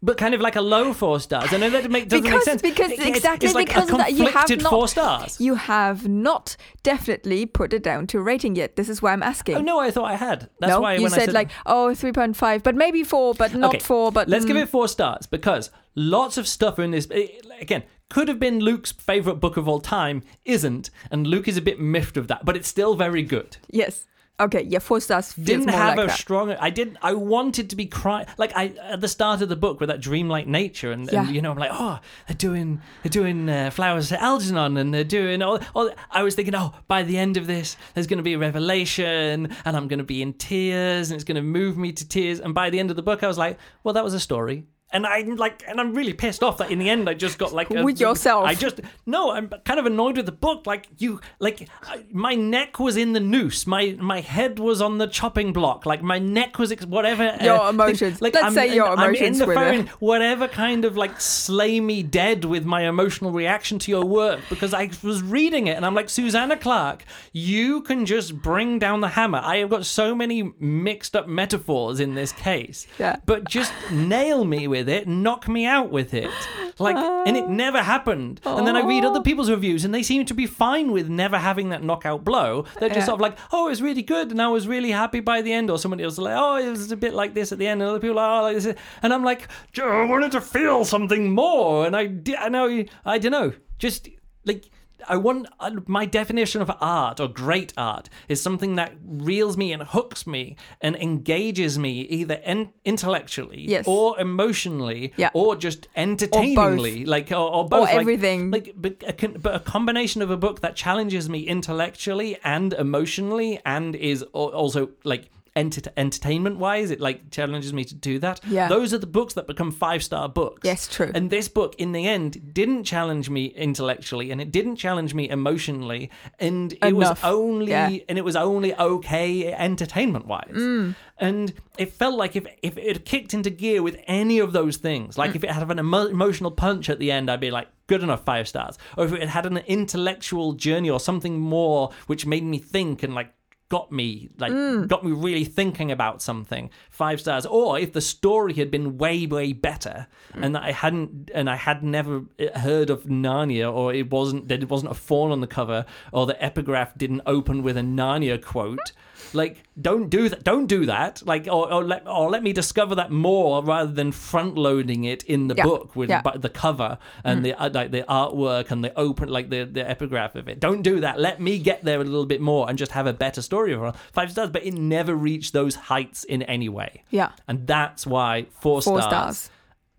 S1: but kind of like a low four stars. I know that make, doesn't make
S2: Because-
S1: sense
S2: because
S1: It's- it's-
S2: exactly
S1: it's like
S2: because
S1: a
S2: of that, you have
S1: conflicted
S2: not-
S1: four stars.
S2: you have not definitely put it down to rating yet. This is why I'm asking.
S1: Oh no, I thought I had. That's
S2: No,
S1: why
S2: you
S1: when
S2: said,
S1: I said
S2: like oh 3.5, but maybe four, but not
S1: Okay,
S2: four. But
S1: let's give
S2: mm,
S1: it four stars because lots of stuff in this it- again could have been Luke's favorite book of all time, isn't, and Luke is a bit miffed of that, but it's still very good.
S2: yes. Okay, yeah, four stars. feels
S1: didn't
S2: more
S1: have
S2: like
S1: a
S2: that.
S1: strong i didn't i wanted to be crying like i at the start of the book with that dreamlike nature and,
S2: Yeah.
S1: and you know i'm like oh they're doing they're doing uh, flowers to algernon and they're doing all, all i was thinking oh by the end of this there's going to be a revelation and i'm going to be in tears and it's going to move me to tears and by the end of the book i was like well that was a story and I'm like, and I'm really pissed off that in the end I just got like a-
S2: With yourself.
S1: I just no, I'm kind of annoyed with the book. Like you, like I, my neck was in the noose, my my head was on the chopping block, like my neck was ex- whatever. uh,
S2: Your
S1: thing-
S2: emotions. Let's say your
S1: I'm in
S2: emotions
S1: the
S2: were there.
S1: phone, whatever kind of like slay me dead with my emotional reaction to your work because I was reading it and I'm like Susanna Clark, you can just bring down the hammer. I have got so many mixed up metaphors in this case,
S2: Yeah.
S1: but just nail me with it, knock me out with it, like, and it never happened. And then I read other people's reviews and they seem to be fine with never having that knockout blow. They're just
S2: Yeah.
S1: sort of like, oh, it was really good and I was really happy by the end, or somebody else is like, oh, it was a bit like this at the end, and other people are oh, like this, and I'm like, "J- I wanted to feel something more, and I, di- I know, I don't know, just like. I want uh, my definition of art or great art is something that reels me and hooks me and engages me either in- intellectually
S2: Yes.
S1: or emotionally
S2: Yeah.
S1: or just entertainingly, like or, or both, like-
S2: everything.
S1: like but a, con- but a combination of a book that challenges me intellectually and emotionally and is al- also like enter- entertainment wise it like challenges me to do that
S2: Yeah.
S1: those are the books that become five star books
S2: Yes, true.
S1: and this book in the end didn't challenge me intellectually and it didn't challenge me emotionally and it
S2: Enough.
S1: was only
S2: Yeah. Mm.
S1: and it was only okay entertainment wise. And it felt like if if it had kicked into gear with any of those things,
S2: Mm.
S1: like if it had an emo- emotional punch at the end, I'd be like, good enough, five stars. Or if it had an intellectual journey or something more, which made me think and like got me like
S2: Mm.
S1: got me really thinking about something five stars or if the story had been way way better
S2: Mm.
S1: and that i hadn't and i had never eh, heard of narnia or it wasn't that it wasn't a fawn on the cover or the epigraph didn't open with a narnia quote like don't do that don't do that like or, or let or let me discover that more rather than front loading it in the
S2: Yeah.
S1: book with
S2: Yeah.
S1: bu- the cover
S2: Mm.
S1: and the uh, like the artwork and the open like the, the epigraph of it. Don't do that. Let me get there a little bit more and just have a better story overall. Five stars, but it never reached those heights in any way.
S2: Yeah.
S1: And that's why four,
S2: Four
S1: stars.
S2: stars.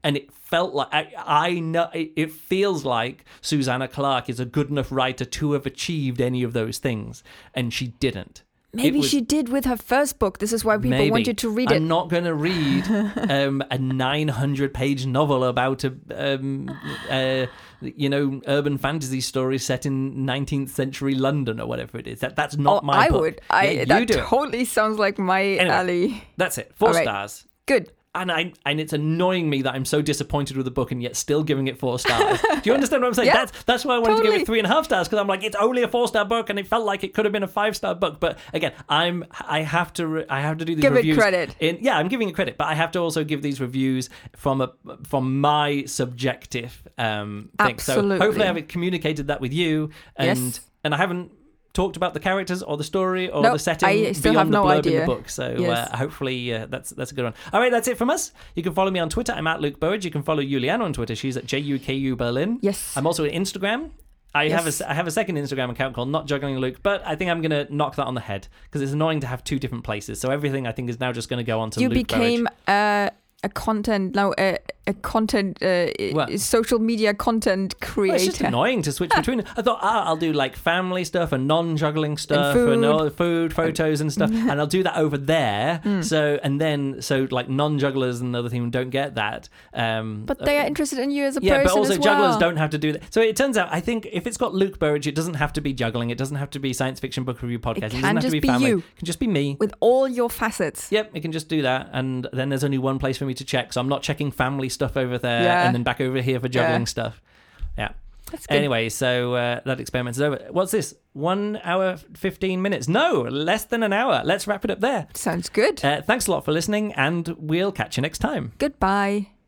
S1: And it felt like I, I know it, it feels like Susanna Clark is a good enough writer to have achieved any of those things, and she didn't. It
S2: Maybe
S1: was-
S2: she did with her first book. This is why people
S1: Maybe.
S2: wanted to read it.
S1: I'm not going to read um, a 900 page novel about a, um, uh, you know, urban fantasy story set in 19th century London or whatever it is. That that's not
S2: Oh,
S1: my.
S2: I
S1: book.
S2: would.
S1: Yeah,
S2: I
S1: you
S2: that
S1: do. it.
S2: totally sounds like my
S1: Anyway.
S2: alley.
S1: That's it. Four
S2: All right.
S1: stars.
S2: Good.
S1: and I and it's annoying me that I'm so disappointed with the book and yet still giving it four stars. Do you understand what I'm saying?
S2: Yeah,
S1: that's that's why I wanted to give
S2: totally.
S1: it three and a half stars because I'm like it's only a four star book and it felt like it could have been a five star book. But again, I'm I have to re- I have to do these
S2: Give it
S1: reviews
S2: credit.
S1: In, yeah, I'm giving it credit, but I have to also give these reviews from a from my subjective um thing. So hopefully
S2: Absolutely.
S1: I've communicated that with you and
S2: Yes.
S1: and I haven't. Talked about the characters or the story or
S2: Nope,
S1: the setting
S2: I still
S1: beyond
S2: have
S1: the
S2: no
S1: blurb in the
S2: idea.
S1: book. So
S2: Yes.
S1: uh, hopefully uh, that's that's a good one. All right, that's it from us. You can follow me on Twitter. I'm at Luke Burridge. You can follow Juliana on Twitter. She's at JUKU Berlin.
S2: Yes.
S1: I'm also at Instagram. I have a s-
S2: Yes.
S1: I have a second Instagram account called Not Juggling Luke, but I think I'm gonna knock that on the head because it's annoying to have two different places. So everything I think is now just gonna go onto
S2: you
S1: Luke
S2: became
S1: Burridge.
S2: a, a content now a, a content uh, i-
S1: What?
S2: social media content
S1: Well, it's just
S2: creator.
S1: annoying to switch between. I thought ah, I'll do like family stuff and non-juggling stuff and,
S2: food.
S1: all food photos and stuff, and I'll do that over there.
S2: Mm.
S1: So and then so like non-jugglers and other thing don't get that. Um,
S2: but they are interested in you as a
S1: Yeah,
S2: person
S1: but also
S2: as well.
S1: jugglers don't have to do that. So it turns out, I think if it's got Luke Burridge, it doesn't have to be juggling. It doesn't have to be science fiction book review podcast. It, doesn't
S2: can
S1: have
S2: just
S1: to be
S2: be
S1: family.
S2: you.
S1: It can just be me.
S2: with all your facets.
S1: Yep, it can just do that. And then there's only one place for me to check. So I'm not checking family stuff over there
S2: Yeah.
S1: and then back over here for juggling
S2: Yeah.
S1: stuff. Yeah.
S2: That's good.
S1: Anyway, so uh, that experiment is over. What's this? One hour, 15 minutes? No, less than an hour. Let's wrap it up there.
S2: Sounds good.
S1: Uh, thanks a lot for listening, and we'll catch you next time.
S2: Goodbye.